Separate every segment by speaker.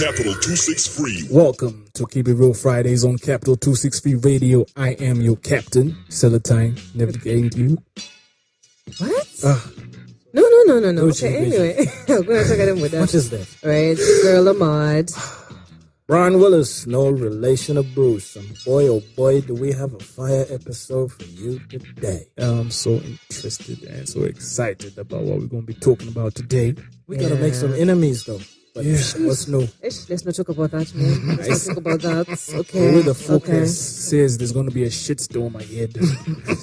Speaker 1: Capital 263.
Speaker 2: Welcome to Keep It Real Fridays on Capital 263 Radio. I am your captain, Celatine, navigating you.
Speaker 3: What?
Speaker 2: Ah,
Speaker 3: No, no, no, no, no.
Speaker 2: No
Speaker 3: okay,
Speaker 2: changes.
Speaker 3: anyway. We're going to talk about that.
Speaker 2: what is that?
Speaker 3: Right, girl Ahmad.
Speaker 2: Brian Willis, no relation of Bruce. And boy, oh boy, do we have a fire episode for you today. I'm so interested and so excited about what we're going to be talking about today. We got to make some enemies, though. But what's new?
Speaker 3: Ish, let's not talk about that, man. Let's not talk about that. Okay.
Speaker 2: Where the focus
Speaker 3: okay.
Speaker 2: says there's going to be a shitstorm ahead.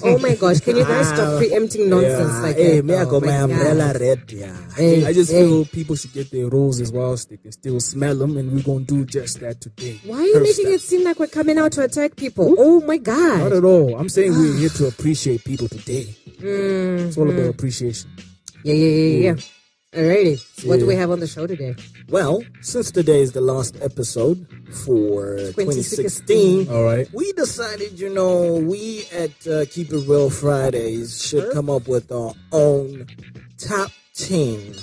Speaker 3: Oh my gosh, can you guys stop preempting nonsense like
Speaker 2: hey,
Speaker 3: that?
Speaker 2: may I
Speaker 3: though?
Speaker 2: got my
Speaker 3: God.
Speaker 2: umbrella red, yeah.
Speaker 3: Hey,
Speaker 2: I just
Speaker 3: hey.
Speaker 2: feel people should get their roses whilst they can still smell them, and we're gonna do just that today.
Speaker 3: Why are you
Speaker 2: First
Speaker 3: making
Speaker 2: up.
Speaker 3: it seem like we're coming out to attack people? Oh my
Speaker 2: Not
Speaker 3: god.
Speaker 2: at all. I'm saying we're here to appreciate people today. It's all
Speaker 3: Mm-hmm.
Speaker 2: about appreciation.
Speaker 3: Yeah, yeah, yeah, yeah. Alrighty. So What do
Speaker 2: Yeah.
Speaker 3: we have on the show today?
Speaker 4: Well, since today is the last episode for
Speaker 3: 2016,
Speaker 4: 2016,
Speaker 2: All right.
Speaker 4: we decided, you know, we at uh, Keep It Real Fridays should come up with our own top 10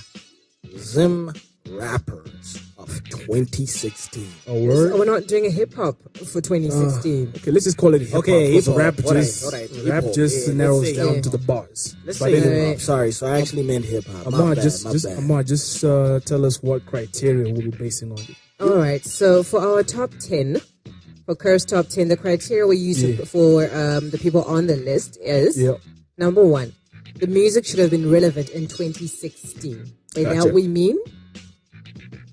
Speaker 4: Zim rappers of 2016.
Speaker 2: A word.
Speaker 3: Oh, we're not doing a hip hop for 2016.
Speaker 2: Okay, let's just call it hip hop.
Speaker 4: Okay,
Speaker 2: because
Speaker 4: hip-hop.
Speaker 2: Rap just,
Speaker 4: All right, all right.
Speaker 2: rap
Speaker 4: Hip-hop.
Speaker 2: just
Speaker 4: Yeah,
Speaker 2: narrows
Speaker 4: let's say
Speaker 2: down
Speaker 3: hip-hop.
Speaker 2: to the bars.
Speaker 4: Let's
Speaker 2: But
Speaker 4: say
Speaker 2: anyway,
Speaker 4: hip hop. Sorry, so I actually meant hip hop.
Speaker 2: Amar,
Speaker 4: My bad,
Speaker 2: just,
Speaker 4: my
Speaker 2: just,
Speaker 4: bad.
Speaker 2: Amar, just uh, tell us what criteria we'll be basing on it.
Speaker 3: All right. So for our top ten, for Curse top ten, the criteria we use
Speaker 2: Yeah.
Speaker 3: for um, the people on the list is
Speaker 2: Yeah.
Speaker 3: number one, the music should have been relevant in 2016. By
Speaker 2: Gotcha.
Speaker 3: that we mean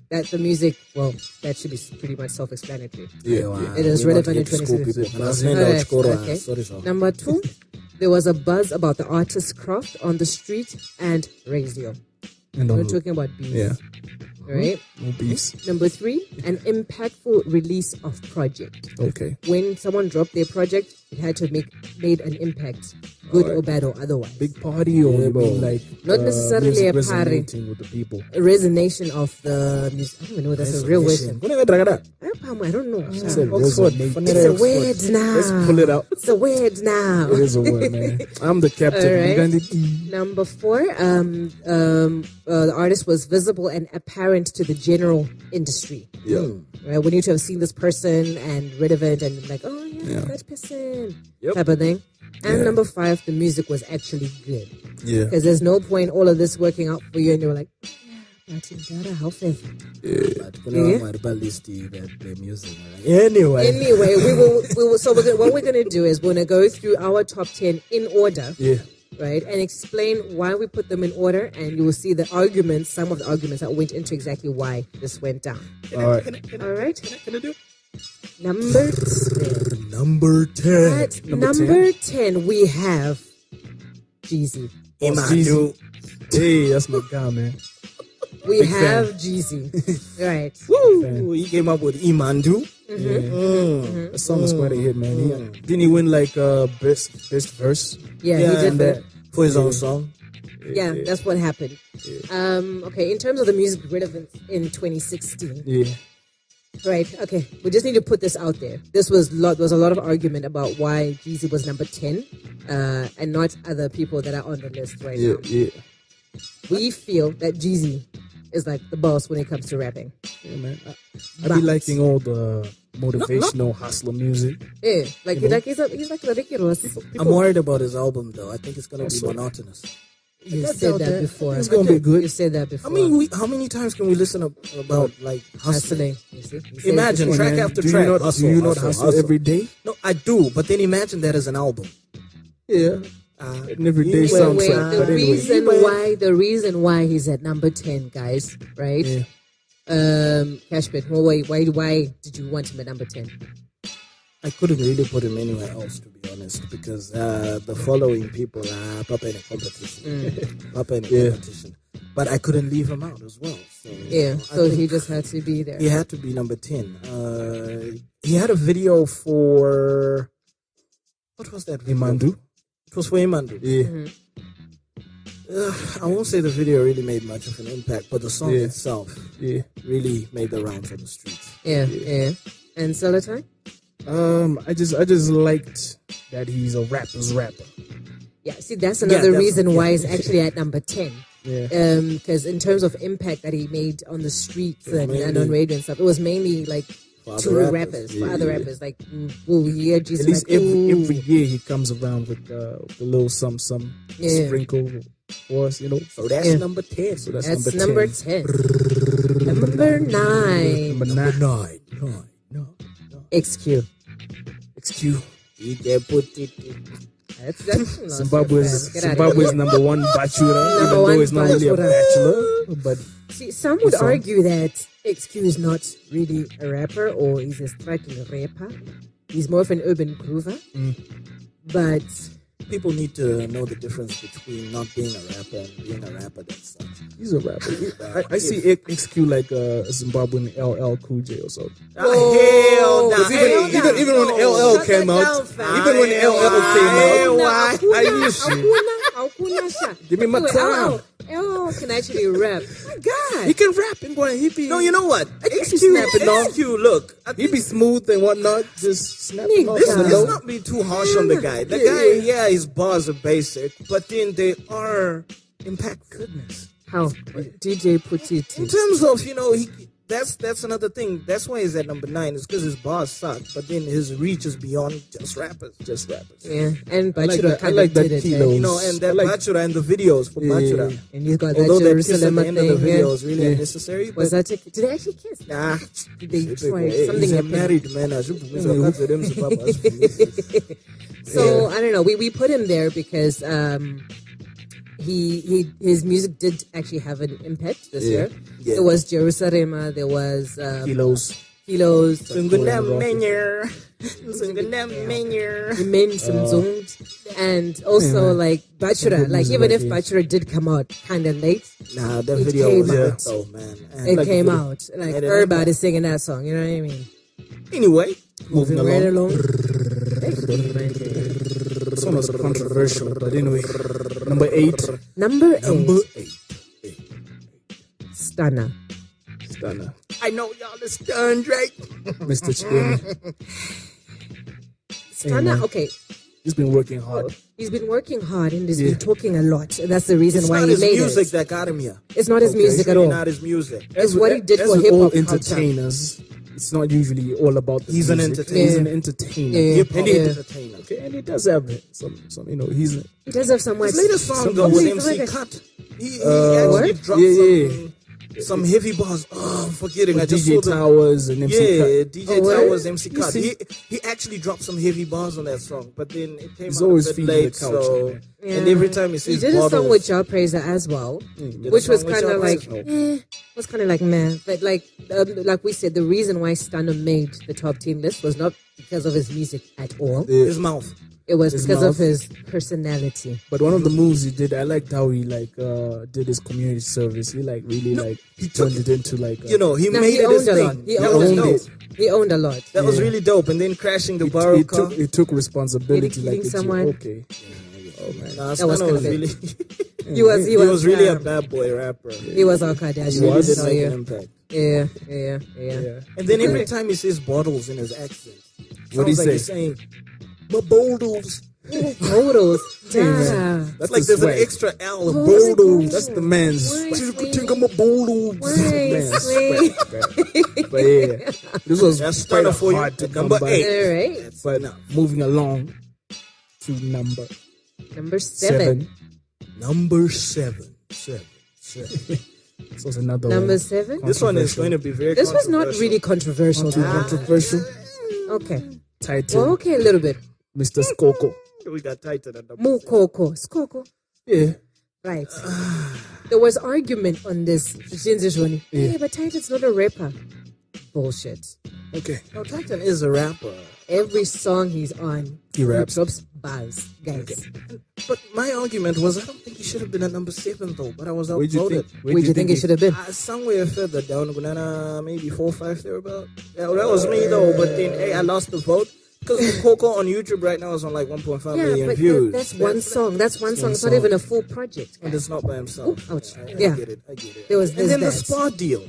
Speaker 3: that the music, well, that should be pretty much self-explanatory.
Speaker 2: Yeah.
Speaker 3: It is
Speaker 4: We're not
Speaker 3: relevant in
Speaker 4: here to school
Speaker 3: 2016.
Speaker 4: people. Can I send out
Speaker 3: Alright,
Speaker 4: Chikoro?
Speaker 3: okay.
Speaker 4: Sorry, sir.
Speaker 3: Number two, there was a buzz about the artist's craft on the street and radio.
Speaker 2: And
Speaker 4: Oh.
Speaker 3: We're
Speaker 2: on
Speaker 3: talking about beats,
Speaker 2: Yeah.
Speaker 3: right?
Speaker 2: no beefs.
Speaker 3: Number three, an impactful release of project.
Speaker 2: Okay.
Speaker 3: when someone dropped their project, it had to make made an impact, good or bad or otherwise.
Speaker 2: big party or you
Speaker 4: bro.
Speaker 2: mean like uh,
Speaker 3: Not necessarily
Speaker 2: music
Speaker 3: a party.
Speaker 2: resonating with the people.
Speaker 3: A resonation of the music. I don't even know if that's a real word.
Speaker 4: It's
Speaker 3: I don't know. I don't know.
Speaker 2: It's a
Speaker 4: Oxford.
Speaker 2: resonating.
Speaker 4: Phonetic
Speaker 3: It's a
Speaker 4: Oxford.
Speaker 3: word now.
Speaker 2: Let's pull it out.
Speaker 3: It's a word now.
Speaker 2: It is a word, man. I'm the captain.
Speaker 3: All right.
Speaker 2: We're gonna eat.
Speaker 3: Number four, um, um, uh, the artist was visible and apparent to the general industry.
Speaker 2: Yeah.
Speaker 3: Right? We need to have seen this person and relevant and like, oh yeah, that person
Speaker 4: Yep.
Speaker 3: type of thing. And number five, the music was actually good.
Speaker 2: Yeah.
Speaker 3: Because there's no point all of this working out for you, and you were like, yeah, but in Dada, how fair.
Speaker 4: Anyway.
Speaker 3: Anyway, we will. We will. So we're gonna, what we're going to do is we're going to go through our top ten in order,
Speaker 2: Yeah.
Speaker 3: right, and explain why we put them in order, and you will see the arguments, some of the arguments that went into exactly why this went down.
Speaker 2: All right.
Speaker 3: All right. Number
Speaker 4: Number 10.
Speaker 3: at number ten, we have Jeezy.
Speaker 2: Jeezy. Hey, that's my guy, man.
Speaker 3: We
Speaker 2: fan.
Speaker 3: have Jeezy. right.
Speaker 4: Woo! He came up with Imandu.
Speaker 3: Mm-hmm.
Speaker 2: Yeah. That song is quite a hit, man. He- didn't he win like uh, best best verse?
Speaker 3: Yeah,
Speaker 4: Yeah,
Speaker 3: he did
Speaker 4: and
Speaker 3: that.
Speaker 4: that for his own song.
Speaker 3: yeah, that's what happened. Um, okay, in terms of the music relevance in 2016,
Speaker 2: Yeah.
Speaker 3: right? Okay, we just need to put this out there. This was lot was a lot of argument about why Jeezy was number 10, uh, and not other people that are on the list right now.
Speaker 2: Yeah.
Speaker 3: We feel that Jeezy is like the boss when it comes to rapping.
Speaker 2: Yeah, man. I, I be
Speaker 3: But-
Speaker 2: liking all the motivational hustler music.
Speaker 3: Yeah, like like he's a, he's like the Ricky Ross.
Speaker 4: I'm worried about his album though. I think it's gonna be monotonous.
Speaker 3: You
Speaker 4: That's
Speaker 3: said
Speaker 4: out
Speaker 3: that
Speaker 4: there.
Speaker 3: before.
Speaker 4: It's gonna be good.
Speaker 3: You said that before.
Speaker 4: I mean, we, how many times can we listen ab- about like hustling?
Speaker 3: hustling. You see? You said it
Speaker 4: Imagine
Speaker 3: before.
Speaker 4: track
Speaker 2: Man,
Speaker 4: after
Speaker 2: do
Speaker 4: track.
Speaker 2: You not,
Speaker 4: hustle,
Speaker 2: do you not
Speaker 4: hustle,
Speaker 2: hustle,
Speaker 4: hustle.
Speaker 2: every day?
Speaker 4: No, I do, but then imagine that as an album.
Speaker 2: Yeah.
Speaker 4: Uh,
Speaker 2: An everyday
Speaker 4: Wait,
Speaker 3: Wait,
Speaker 2: soundtrack.
Speaker 3: wait, the
Speaker 2: but anyway.
Speaker 3: reason
Speaker 4: Anyway.
Speaker 3: why the reason why he's at number ten, guys, right?
Speaker 2: Yeah.
Speaker 3: Um, Cashbit, well, why, why, why did you want him at number ten?
Speaker 4: I couldn't really put him anywhere else, to be honest, because uh, the following people are Papa in a competition, Papa in a
Speaker 2: Yeah.
Speaker 4: competition. But I couldn't leave him out as well. So,
Speaker 3: Yeah,
Speaker 4: I
Speaker 3: so
Speaker 4: think
Speaker 3: he just had to be there.
Speaker 4: he had to be number ten. Uh, he had a video for what was that? Video?
Speaker 2: Imandu.
Speaker 4: It was for Imandu.
Speaker 2: Yeah.
Speaker 4: Ugh, I won't say the video really made much of an impact, but the song
Speaker 2: Yeah.
Speaker 4: itself
Speaker 2: Yeah.
Speaker 4: really made the rounds on the streets.
Speaker 3: Yeah, yeah. And Celotan?
Speaker 2: Um, I just I just liked that he's a rapper's rapper.
Speaker 3: Yeah, see, that's another
Speaker 4: that's-
Speaker 3: reason why
Speaker 4: yeah.
Speaker 3: he's actually at number ten.
Speaker 2: Yeah.
Speaker 3: because in terms of impact that he made on the streets and, and on
Speaker 4: mainly-
Speaker 3: radio and stuff, it was mainly like
Speaker 4: For other
Speaker 3: to rappers,
Speaker 4: rappers,
Speaker 3: for
Speaker 2: yeah,
Speaker 3: other
Speaker 2: yeah.
Speaker 3: rappers. Like, mm, oh yeah, Jesus,
Speaker 2: At least
Speaker 3: like,
Speaker 2: every,
Speaker 3: ooh.
Speaker 2: every year he comes around with uh, the little some some
Speaker 3: Yeah.
Speaker 2: sprinkle for us, you know.
Speaker 4: So that's
Speaker 3: Yeah.
Speaker 4: number 10.
Speaker 2: So that's,
Speaker 3: that's
Speaker 2: number,
Speaker 3: number
Speaker 2: 10.
Speaker 3: ten. Number nine,
Speaker 2: Number nine.
Speaker 4: nine. Nine.
Speaker 2: No,
Speaker 3: XQ.
Speaker 2: excuse.
Speaker 4: DJ put it in.
Speaker 3: That's, that's not so
Speaker 2: Zimbabwe's
Speaker 3: bad. Get out of
Speaker 2: Zimbabwe's
Speaker 3: here.
Speaker 2: number one bachelor, even
Speaker 3: Number
Speaker 2: though
Speaker 3: one
Speaker 2: it's not really a
Speaker 3: bachelor.
Speaker 2: bachelor, but
Speaker 3: See, some would
Speaker 2: Awesome.
Speaker 3: argue that XQ is not really a rapper or he's a striking rapper. He's more of an urban groover.
Speaker 2: Mm.
Speaker 3: But
Speaker 4: People need to know the difference between not being a rapper and being a rapper that sucks.
Speaker 2: he's a rapper. I, I see XQ like a Zimbabwean LL Cool J or something.
Speaker 3: Oh,
Speaker 4: hell nah.
Speaker 2: 'Cause even-
Speaker 4: Hell
Speaker 2: even-
Speaker 4: nah.
Speaker 2: even when
Speaker 4: No.
Speaker 2: LL
Speaker 4: Shut
Speaker 2: came
Speaker 4: that
Speaker 2: out,
Speaker 4: down, fam.
Speaker 2: even when LL came
Speaker 4: Hey,
Speaker 2: out-
Speaker 4: why?
Speaker 2: I used to. Give me my time.
Speaker 3: Oh, can actually rap. My
Speaker 2: He
Speaker 3: God.
Speaker 2: can rap and boy, he be
Speaker 4: No, you know what?
Speaker 2: Excuse-
Speaker 4: snapping
Speaker 2: no.
Speaker 4: off. you look. I
Speaker 2: he
Speaker 4: think
Speaker 2: be smooth and whatnot, just snapping. off
Speaker 4: Let's,
Speaker 2: the
Speaker 3: Yeah.
Speaker 4: let's
Speaker 2: note.
Speaker 4: not be too harsh on the guy. The
Speaker 2: Yeah,
Speaker 4: guy,
Speaker 2: yeah.
Speaker 4: yeah, his bars are basic, but then they are impact goodness.
Speaker 3: How? DJ put it.
Speaker 4: In
Speaker 3: in.
Speaker 4: terms of you know, he that's that's another thing. That's why he's at number nine. Is because his bars suck, but then his reach is beyond just rappers, just rappers.
Speaker 3: Yeah, and
Speaker 2: like
Speaker 3: Bachura
Speaker 2: that- I
Speaker 3: kinda
Speaker 2: like that
Speaker 3: did it,
Speaker 2: kilo.
Speaker 4: You
Speaker 3: man.
Speaker 4: know, and
Speaker 2: I
Speaker 4: that
Speaker 2: like-
Speaker 4: Bachura and the videos for
Speaker 2: Yeah, yeah,
Speaker 4: Bachura.
Speaker 2: yeah.
Speaker 3: And he's got that
Speaker 4: Although that kiss at
Speaker 3: Jerusalem
Speaker 4: the end of the
Speaker 3: thing.
Speaker 4: video
Speaker 3: yeah.
Speaker 4: is really
Speaker 2: Yeah.
Speaker 4: unnecessary, but
Speaker 3: Was that a, Did they actually kiss?
Speaker 4: nah.
Speaker 3: Did they
Speaker 4: He's a
Speaker 3: try something happened?
Speaker 4: married man. I should put myself up to them, Zimbabwe.
Speaker 3: So I don't know. We, we put him there because um, he he his music did actually have an impact this year.
Speaker 4: Yeah.
Speaker 3: There was Jerusalem. There was um,
Speaker 2: kilos.
Speaker 3: Kilos.
Speaker 4: Singunamanya. Singunamanya.
Speaker 3: immense and zoomed. and also like Bachura.
Speaker 2: good
Speaker 3: Like
Speaker 2: music
Speaker 3: even
Speaker 2: right
Speaker 3: if
Speaker 2: here.
Speaker 3: Bachura did come out kind of late,
Speaker 4: Nah, that
Speaker 3: It
Speaker 4: video
Speaker 3: came
Speaker 4: was
Speaker 3: out.
Speaker 4: good though, man. And
Speaker 3: it
Speaker 4: like,
Speaker 3: came
Speaker 4: the-
Speaker 3: out. Like
Speaker 4: Made an
Speaker 3: everybody singing that song. You know what I mean?
Speaker 4: Anyway,
Speaker 2: Moving
Speaker 3: Right
Speaker 2: along.
Speaker 3: along. Hey.
Speaker 2: This one was controversial, but anyway. Number eight.
Speaker 3: Number eight,
Speaker 2: Number eight.
Speaker 3: Stunner.
Speaker 2: Stunner.
Speaker 4: I know y'all is stunned, right?
Speaker 2: Mr. Chibini.
Speaker 3: Stunner.
Speaker 2: man.
Speaker 3: Okay,
Speaker 2: He's been working hard.
Speaker 3: He's been working hard and he's
Speaker 2: Yeah.
Speaker 3: been talking a lot. And that's the reason
Speaker 4: It's
Speaker 3: why
Speaker 4: not
Speaker 3: he
Speaker 4: his
Speaker 3: made
Speaker 4: music
Speaker 3: it.
Speaker 4: that got him here.
Speaker 3: It's not his music
Speaker 4: It's
Speaker 3: at
Speaker 4: really
Speaker 3: all.
Speaker 4: not his music.
Speaker 3: It's
Speaker 2: As
Speaker 3: what
Speaker 2: with-
Speaker 3: he did
Speaker 2: as
Speaker 3: for
Speaker 2: with
Speaker 3: hip
Speaker 2: all
Speaker 3: hop culture.
Speaker 2: entertainers. It's not usually all about the
Speaker 4: He's an
Speaker 2: music.
Speaker 4: entertainer.
Speaker 2: He's an
Speaker 3: Yeah.
Speaker 2: entertainer.
Speaker 3: Yeah.
Speaker 4: Hip hop
Speaker 2: And, he,
Speaker 3: Yeah.
Speaker 4: entertainer.
Speaker 2: okay, and he does have some, some you know, he's
Speaker 3: He does have some
Speaker 4: His
Speaker 3: words.
Speaker 4: latest song though
Speaker 2: Somebody-
Speaker 4: was
Speaker 3: Wait,
Speaker 4: MC
Speaker 3: wait.
Speaker 4: Cut. He, he
Speaker 2: Uh,
Speaker 4: actually
Speaker 3: what?
Speaker 4: dropped
Speaker 2: Yeah, yeah.
Speaker 4: some some heavy bars. Oh, I'm forgetting. I just
Speaker 2: DJ
Speaker 4: saw the
Speaker 2: Towers and MC
Speaker 4: yeah,
Speaker 2: Cut.
Speaker 4: DJ
Speaker 3: Oh, word?
Speaker 4: Towers, MC
Speaker 2: You
Speaker 4: Cut.
Speaker 2: see-
Speaker 4: He, he actually dropped some heavy bars on that song, but then it came
Speaker 2: He's
Speaker 4: out
Speaker 2: always
Speaker 4: a bit
Speaker 2: feeding
Speaker 4: late.
Speaker 2: the culture,
Speaker 4: so,
Speaker 2: man.
Speaker 4: and
Speaker 3: Yeah.
Speaker 4: every time he says,
Speaker 3: He did a
Speaker 4: bottles,
Speaker 3: song with Joe Praiser as well,
Speaker 4: did a
Speaker 3: which was
Speaker 4: song with
Speaker 3: kind of
Speaker 4: Joe
Speaker 3: like,
Speaker 4: Frazier.
Speaker 3: eh, was kind of like man. But like, um, like we said, the reason why Stunner made the top ten list was not because of his music at all.
Speaker 4: his mouth.
Speaker 3: It was
Speaker 2: His
Speaker 3: because
Speaker 2: mouth.
Speaker 3: of his personality.
Speaker 2: But one of the moves he did, I liked how he like uh did his community service. He like really like he turned it into like a,
Speaker 4: You know, he
Speaker 3: No,
Speaker 4: made
Speaker 3: he
Speaker 4: it his
Speaker 3: owned a lot.
Speaker 4: thing.
Speaker 3: He
Speaker 4: that
Speaker 3: owned
Speaker 4: was
Speaker 2: a lot.
Speaker 4: dope.
Speaker 3: He owned a lot.
Speaker 4: That was really dope. And then crashing the
Speaker 2: it,
Speaker 4: barrel
Speaker 2: it
Speaker 4: car.
Speaker 2: took it took responsibility.
Speaker 3: Really
Speaker 2: Like
Speaker 3: killing
Speaker 2: it's
Speaker 3: someone.
Speaker 2: okay, oh man,
Speaker 4: Nah,
Speaker 3: That was
Speaker 4: Stunna was
Speaker 3: kinda
Speaker 4: really,
Speaker 3: He was. He,
Speaker 4: he
Speaker 3: was,
Speaker 4: was really a
Speaker 3: um,
Speaker 4: bad boy rapper.
Speaker 3: He was our
Speaker 4: He
Speaker 3: Kardashian.
Speaker 4: really
Speaker 2: was.
Speaker 4: did
Speaker 3: so
Speaker 4: make
Speaker 3: yeah.
Speaker 4: an impact.
Speaker 3: yeah, yeah, yeah,
Speaker 2: yeah.
Speaker 4: And then every time he says bottles in his accent,
Speaker 2: What'd he
Speaker 4: sounds like
Speaker 2: say?
Speaker 4: he's saying, my bottles.
Speaker 3: Models.
Speaker 2: man.
Speaker 3: Ah.
Speaker 4: That's like
Speaker 2: the
Speaker 4: there's an
Speaker 2: swag.
Speaker 4: extra L of
Speaker 3: Oh my
Speaker 4: bottles.
Speaker 3: God.
Speaker 2: That's the man's.
Speaker 3: Why,
Speaker 2: You could
Speaker 3: sweet?
Speaker 2: think I'm a bolo.
Speaker 3: Why,
Speaker 2: Man's
Speaker 3: sweet?
Speaker 2: swag, man. But yeah, this was
Speaker 4: That's
Speaker 2: quite
Speaker 4: Stunna for you
Speaker 2: hard to
Speaker 4: at number
Speaker 2: come by.
Speaker 4: eight.
Speaker 3: All right.
Speaker 2: But now moving along to number
Speaker 3: Number
Speaker 2: seven.
Speaker 3: seven.
Speaker 4: Number seven. Seven. Seven.
Speaker 2: This was another
Speaker 3: Number
Speaker 2: one.
Speaker 3: seven.
Speaker 4: This one is
Speaker 2: Controversial.
Speaker 4: going to be very.
Speaker 3: This was not
Speaker 4: controversial.
Speaker 3: really controversial.
Speaker 2: Too
Speaker 3: though.
Speaker 2: controversial.
Speaker 3: Okay.
Speaker 2: Title
Speaker 3: Well, okay, a little bit.
Speaker 2: Mr. Skoko.
Speaker 4: We got Titan at number.
Speaker 3: Mukoko. Skoko.
Speaker 2: Yeah.
Speaker 3: Right. There was argument on this. Jinzi Shoni.
Speaker 2: Yeah.
Speaker 3: Hey, but Titan's not a rapper. Bullshit.
Speaker 2: Okay.
Speaker 4: No, Titan is a rapper.
Speaker 3: Every song he's on,
Speaker 2: He raps.
Speaker 3: drops bars, guys.
Speaker 4: But my argument was, I don't think he should have been at number seven though. But I was
Speaker 2: Where do you think?
Speaker 4: outvoted.
Speaker 2: where
Speaker 3: Where do you think it should have been?
Speaker 4: Uh, somewhere further down, Gunana, maybe four, five thereabout. Yeah, well, that was me though. But then, hey, I lost the vote because Coco on YouTube right now is on like 1.5 million
Speaker 3: Yeah, but that,
Speaker 4: views.
Speaker 3: that's one song. That's one song. It's not
Speaker 2: song.
Speaker 3: even a full project.
Speaker 4: And
Speaker 3: guys.
Speaker 4: it's not by himself.
Speaker 3: Ooh, ouch.
Speaker 4: I, I
Speaker 3: Yeah.
Speaker 4: get it. I get it.
Speaker 3: There was
Speaker 4: and
Speaker 3: this,
Speaker 4: then the
Speaker 3: that.
Speaker 4: spa deal.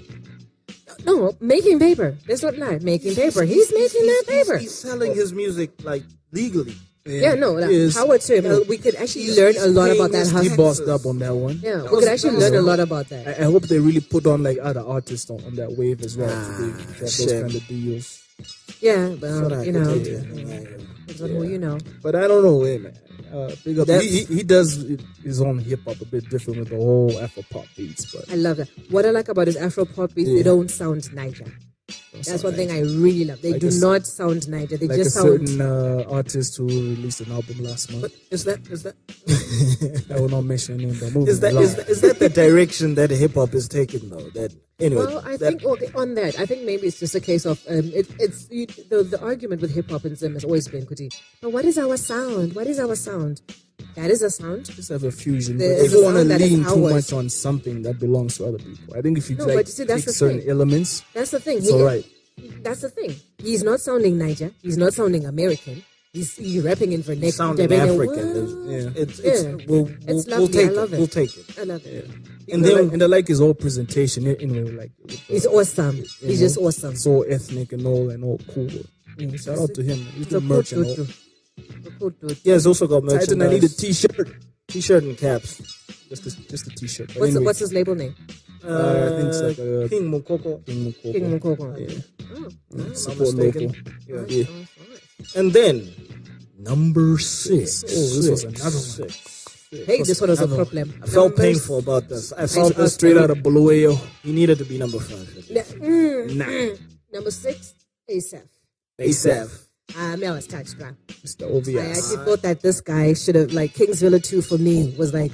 Speaker 3: No, making paper. That's not lie. Making paper. He's making that
Speaker 4: He's-
Speaker 3: paper.
Speaker 4: He's selling his music like legally.
Speaker 3: Yeah, no, like,
Speaker 2: is-
Speaker 3: power to him.
Speaker 4: yeah.
Speaker 3: we could actually
Speaker 4: He's-
Speaker 3: learn
Speaker 4: he's
Speaker 3: a lot
Speaker 4: paying
Speaker 3: about that
Speaker 4: his
Speaker 2: He
Speaker 3: hustle.
Speaker 4: tax-
Speaker 2: bossed up on that one.
Speaker 3: Yeah, we
Speaker 4: was-
Speaker 3: could actually
Speaker 4: that was
Speaker 3: learn a
Speaker 4: wrong.
Speaker 3: lot about
Speaker 2: I,
Speaker 3: that.
Speaker 2: I hope they really put on like other artists on, on that wave as well.
Speaker 4: Ah,
Speaker 2: to do- drop those
Speaker 4: shit.
Speaker 2: kind of deals.
Speaker 3: Yeah,
Speaker 4: Thought
Speaker 3: well,
Speaker 4: I
Speaker 3: you
Speaker 4: could
Speaker 3: know,
Speaker 4: take it.
Speaker 3: depends on who you know.
Speaker 2: But I don't know, hey, man. Uh, big up.
Speaker 4: That's-
Speaker 2: He, he, he does his own hip hop a bit different with the whole Afro pop beats, but
Speaker 3: I love that. What I like about his Afro pop beats, they
Speaker 2: Yeah.
Speaker 3: don't sound Niger. That's one thing I really love. They
Speaker 2: Like
Speaker 3: do
Speaker 2: a s-
Speaker 3: not sound Niger. They
Speaker 2: like a
Speaker 3: just sound.
Speaker 2: certain uh, artist who released an album last month.
Speaker 4: But is that is that
Speaker 2: I will not mention him, but moving
Speaker 4: is that
Speaker 2: along.
Speaker 4: is that, is that the direction that hip hop is taking though? That anyway.
Speaker 3: Well, I
Speaker 4: that-
Speaker 3: think okay, on that, I think maybe it's just a case of um, it, it's you, the the argument with hip hop and Zim has always been Kuti. But what is our sound? What is our sound? That is a sound.
Speaker 2: just have a fusion. But
Speaker 3: There's
Speaker 2: they
Speaker 3: a
Speaker 2: don't want to
Speaker 3: sound that is
Speaker 2: lean too
Speaker 3: ours.
Speaker 2: much on something that belongs to other people. I think if you
Speaker 3: No,
Speaker 2: like
Speaker 3: but you see, that's
Speaker 2: pick
Speaker 3: the
Speaker 2: certain
Speaker 3: thing.
Speaker 2: elements,
Speaker 3: That's the thing.
Speaker 2: it's all right.
Speaker 3: That's the thing. He's not sounding Niger. He's not sounding American. He's, he's rapping in vernacular.
Speaker 4: sounding
Speaker 3: They're being like,
Speaker 4: African.
Speaker 3: "What?"
Speaker 4: It's,
Speaker 2: Yeah.
Speaker 4: it's, it's,
Speaker 3: Yeah.
Speaker 4: We'll, we'll,
Speaker 3: It's
Speaker 4: we'll
Speaker 3: lovely. I
Speaker 4: take
Speaker 3: love it.
Speaker 4: We'll take it.
Speaker 3: I love it.
Speaker 2: And,
Speaker 4: Because-
Speaker 2: the, like, and the like is all presentation. yeah, Anyway, like with, uh,
Speaker 3: He's awesome. He's
Speaker 2: know,
Speaker 3: just awesome. Mm.
Speaker 2: it's all ethnic and all and all cool. Yeah, shout out to him. He's
Speaker 3: It's
Speaker 2: the
Speaker 3: a cool
Speaker 2: merch and all.
Speaker 3: dude. A cool dude.
Speaker 4: Yeah, it's also got merchandise.
Speaker 2: Titan, I need a t-shirt.
Speaker 4: t-shirt and caps.
Speaker 2: Just a, just a t-shirt. But
Speaker 3: What's,
Speaker 2: anyway,
Speaker 3: what's his label name?
Speaker 2: Uh, I think it's like a-
Speaker 4: King Mukoko.
Speaker 2: King Mukoko.
Speaker 3: King Mukoko.
Speaker 2: Yeah.
Speaker 3: Oh,
Speaker 2: Support
Speaker 4: mistaken.
Speaker 2: local.
Speaker 4: Yeah.
Speaker 3: nice, nice, nice.
Speaker 4: And then number six.
Speaker 2: Oh, this was another one.
Speaker 4: one.
Speaker 3: Hey, this one was a
Speaker 4: Another one.
Speaker 3: problem.
Speaker 4: I felt
Speaker 3: Numbers-
Speaker 4: painful about this. I
Speaker 2: Sound
Speaker 4: felt
Speaker 2: was
Speaker 4: this
Speaker 2: straight out of Bulawayo.
Speaker 4: He needed to be number five.
Speaker 3: Na- mm,
Speaker 2: Nah.
Speaker 3: mm. Number six, ASAP.
Speaker 4: ASAP.
Speaker 3: Um, I was touched, man.
Speaker 2: Mr.
Speaker 3: I
Speaker 2: OVS.
Speaker 3: actually thought that this guy should have like King's Villa 2 for me was like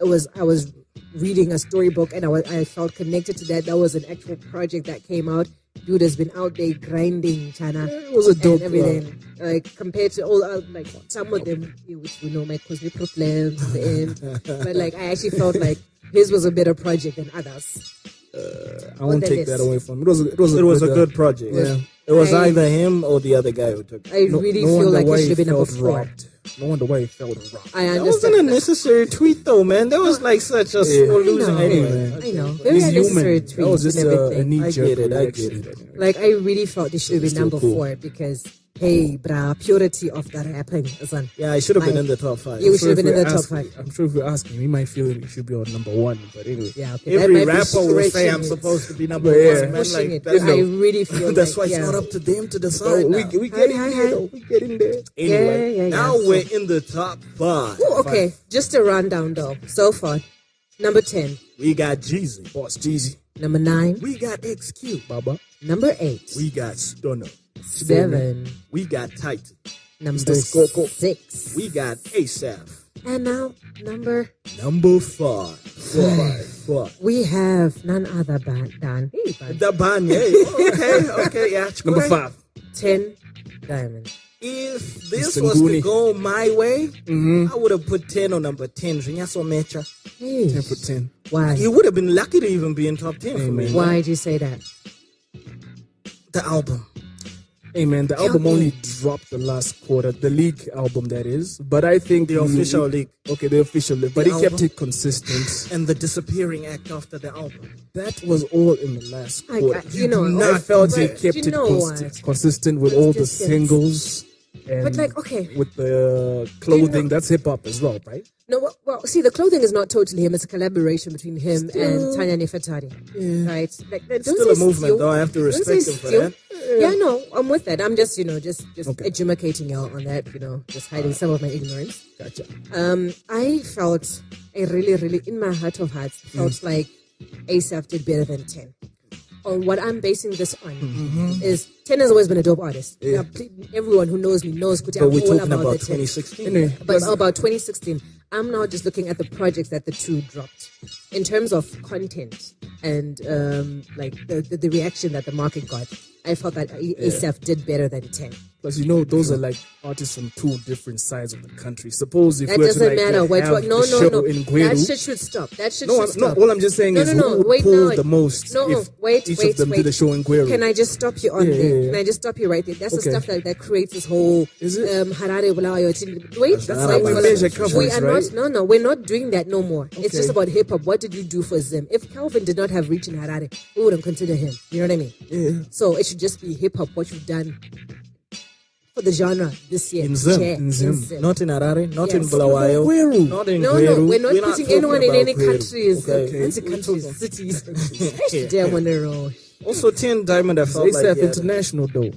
Speaker 3: it was I was reading a storybook and I was I felt connected to that. That was an actual project that came out. Dude has been out there grinding, Chana.
Speaker 2: It was a dope
Speaker 3: And everything like compared to all uh, like some of them, yeah, which we know might cause me problems in the end, but like I actually felt like his was a better project than others.
Speaker 2: I won't
Speaker 3: the
Speaker 2: take that
Speaker 3: list.
Speaker 2: away from him. It was a, it was a,
Speaker 4: It was a
Speaker 2: uh,
Speaker 4: good project.
Speaker 2: Yeah.
Speaker 4: It was
Speaker 3: I-
Speaker 4: either him or the other guy who took it.
Speaker 3: I really feel
Speaker 2: wonder
Speaker 3: like
Speaker 2: why
Speaker 3: he should have been number
Speaker 2: felt
Speaker 3: four.
Speaker 2: robbed. No wonder why he felt robbed.
Speaker 3: I
Speaker 4: That wasn't
Speaker 3: understand.
Speaker 4: a necessary tweet though, man. That was like such a slow losing
Speaker 3: know.
Speaker 4: anyway.
Speaker 3: I know.
Speaker 4: Okay.
Speaker 3: Very
Speaker 2: He's
Speaker 3: unnecessary
Speaker 2: human.
Speaker 3: tweets
Speaker 2: That was just
Speaker 3: and
Speaker 2: a,
Speaker 3: everything.
Speaker 2: a knee
Speaker 4: I
Speaker 2: jerk
Speaker 4: get it, I
Speaker 2: reaction.
Speaker 4: get it.
Speaker 3: Like I really felt this should be
Speaker 4: It's still
Speaker 3: number
Speaker 4: cool.
Speaker 3: four because hey, brah, purity of the rapping is on.
Speaker 4: Yeah, I should have been
Speaker 3: I-
Speaker 4: in the top five.
Speaker 3: You
Speaker 2: I'm
Speaker 3: should
Speaker 2: sure
Speaker 3: have been in
Speaker 2: if we
Speaker 3: the top
Speaker 2: ask-
Speaker 3: five.
Speaker 2: I'm sure if we ask him, he might feel he should be on number one. But anyway,
Speaker 3: Yeah, okay. that
Speaker 4: Every
Speaker 3: might be
Speaker 4: rapper will say
Speaker 3: stretching
Speaker 4: I'm
Speaker 3: it.
Speaker 4: supposed to be number
Speaker 2: Yeah.
Speaker 4: one, man.
Speaker 3: pushing
Speaker 4: Like,
Speaker 3: it.
Speaker 4: that's,
Speaker 3: I really feel
Speaker 4: that's why
Speaker 3: like,
Speaker 4: it's
Speaker 3: yeah.
Speaker 4: not up to them to
Speaker 2: So
Speaker 4: decide.
Speaker 2: we,
Speaker 4: now.
Speaker 2: we get
Speaker 3: Hi,
Speaker 2: in
Speaker 3: hi,
Speaker 2: there.
Speaker 3: hi.
Speaker 2: though. Oh, We get in there.
Speaker 4: Anyway,
Speaker 3: Yeah, yeah, yeah.
Speaker 4: now
Speaker 3: So-
Speaker 4: we're in the top five.
Speaker 3: Ooh, okay, just a rundown though. So far, number ten,
Speaker 4: We got Jeezy.
Speaker 2: Boss Jeezy,
Speaker 3: number nine,
Speaker 4: We got XQ.
Speaker 2: Baba,
Speaker 3: number eight,
Speaker 4: We got Stunner.
Speaker 3: seven,
Speaker 4: We got Titan.
Speaker 3: number
Speaker 2: Score, score.
Speaker 3: six,
Speaker 4: We got ASAP.
Speaker 3: and now number
Speaker 4: Number five. Five. Five.
Speaker 3: we have none other ba- than hey, band,
Speaker 4: The Banye. Okay, okay, yeah.
Speaker 2: number
Speaker 4: sure.
Speaker 2: five.
Speaker 3: ten diamonds.
Speaker 4: If this
Speaker 2: Mr.
Speaker 4: was to
Speaker 2: Nguni.
Speaker 4: go my way, I would have put 10 on number 10. Rinyaso Mecha.
Speaker 3: Hey,
Speaker 2: Ten for ten.
Speaker 3: why?
Speaker 4: He would have been lucky to even be in top 10 for me.
Speaker 3: Why do you say that?
Speaker 4: The album.
Speaker 2: Hey man, the album
Speaker 4: me.
Speaker 2: only dropped the last quarter, the league album that is. But I think
Speaker 4: The
Speaker 3: Mm-hmm.
Speaker 4: official leak.
Speaker 2: Okay, the official league. But
Speaker 4: The
Speaker 2: he kept
Speaker 4: album.
Speaker 2: it consistent.
Speaker 4: And the disappearing act after the album.
Speaker 2: That was all in the last
Speaker 3: I-
Speaker 2: quarter.
Speaker 3: I- you know,
Speaker 2: did
Speaker 3: I-
Speaker 2: not felt he
Speaker 3: but
Speaker 2: kept
Speaker 3: you
Speaker 2: it
Speaker 3: know
Speaker 2: consti-
Speaker 3: what?
Speaker 2: consistent with all the
Speaker 3: just get-
Speaker 2: singles and
Speaker 3: But like, okay.
Speaker 2: with the clothing. That's hip hop as well, right?
Speaker 3: No, well, well, see, the clothing is not totally him. It's a collaboration between him and Tanya Nefertari. Right? Like, don't
Speaker 4: Still a
Speaker 3: say
Speaker 4: movement,
Speaker 3: steal.
Speaker 4: though. I have to
Speaker 3: Don't say
Speaker 4: respect him for
Speaker 3: steal.
Speaker 4: that.
Speaker 3: Yeah, no, I'm with that. I'm just, you know, just, just
Speaker 2: Okay.
Speaker 3: educating y'all on that, you know, just hiding some of my ignorance.
Speaker 2: Gotcha.
Speaker 3: Um, I felt, I really, really, in my heart of hearts, felt
Speaker 4: Mm.
Speaker 3: like ASAP did better than 10. Or what I'm basing this on
Speaker 4: Mm-hmm.
Speaker 3: is 10 has always been a dope artist. Yeah, ple- Everyone who knows me knows Kuti.
Speaker 4: But
Speaker 3: I'm
Speaker 4: we're
Speaker 3: all
Speaker 4: talking
Speaker 3: about,
Speaker 4: about
Speaker 3: the 10.
Speaker 4: 2016.
Speaker 2: Anyway,
Speaker 3: But about 2016, I'm now just looking at the projects that the two dropped in terms of content and um, like the, the, the reaction that the market got. I felt that A- ASAP did better than 10.
Speaker 2: plus you know those are like artists from two different sides of the country. Suppose if
Speaker 3: That
Speaker 2: we were
Speaker 3: doesn't
Speaker 2: to like
Speaker 3: matter.
Speaker 2: like,
Speaker 3: What,
Speaker 2: have
Speaker 3: what, no,
Speaker 2: the
Speaker 3: no,
Speaker 2: show
Speaker 3: no.
Speaker 2: in
Speaker 3: That
Speaker 2: Gweru,
Speaker 3: shit should stop. That shit
Speaker 2: no,
Speaker 3: should
Speaker 2: I'm, no,
Speaker 3: stop.
Speaker 2: all I'm just saying
Speaker 3: No,
Speaker 2: is
Speaker 3: no, no.
Speaker 2: who would
Speaker 3: Wait,
Speaker 2: pull
Speaker 3: no.
Speaker 2: the most
Speaker 3: No,
Speaker 2: if
Speaker 3: wait,
Speaker 2: each
Speaker 3: wait,
Speaker 2: of them
Speaker 3: wait.
Speaker 2: did a show in Gweru.
Speaker 3: Can I just stop you on
Speaker 2: Yeah,
Speaker 3: there?
Speaker 2: yeah, yeah.
Speaker 3: Can I just stop you right there? That's
Speaker 2: Okay.
Speaker 3: the stuff that, that creates this whole
Speaker 2: Is it?
Speaker 3: um Harare Bulawayo thing. Wait,
Speaker 2: That's
Speaker 3: wait,
Speaker 2: how we
Speaker 3: hold on.
Speaker 2: measure coverage,
Speaker 3: We are
Speaker 2: right?
Speaker 3: not no no, we're not doing that no more. It's
Speaker 2: Okay.
Speaker 3: just about hip hop. What did you do for Zim? If Calvin did not have reach in Harare, we wouldn't consider him. You know what I mean?
Speaker 2: Yeah.
Speaker 3: So it should just be hip hop, what you've done for the genre this year.
Speaker 2: In Zim,
Speaker 3: Chair,
Speaker 2: in Zim.
Speaker 3: Zim.
Speaker 4: Not in Harare, not in
Speaker 3: Yes.
Speaker 4: Bulawayo,
Speaker 2: Kweru.
Speaker 4: not in
Speaker 3: no,
Speaker 4: Kweru.
Speaker 3: no, we're not putting
Speaker 4: talking
Speaker 3: anyone in
Speaker 4: about
Speaker 3: any
Speaker 4: Kweru.
Speaker 3: countries.
Speaker 4: Okay.
Speaker 2: Okay.
Speaker 3: Not in countries, cities.
Speaker 4: Yeah.
Speaker 3: Damn, on the roll.
Speaker 4: Also, Ten Diamond, I felt
Speaker 2: ASAP
Speaker 4: like he had-
Speaker 2: International though,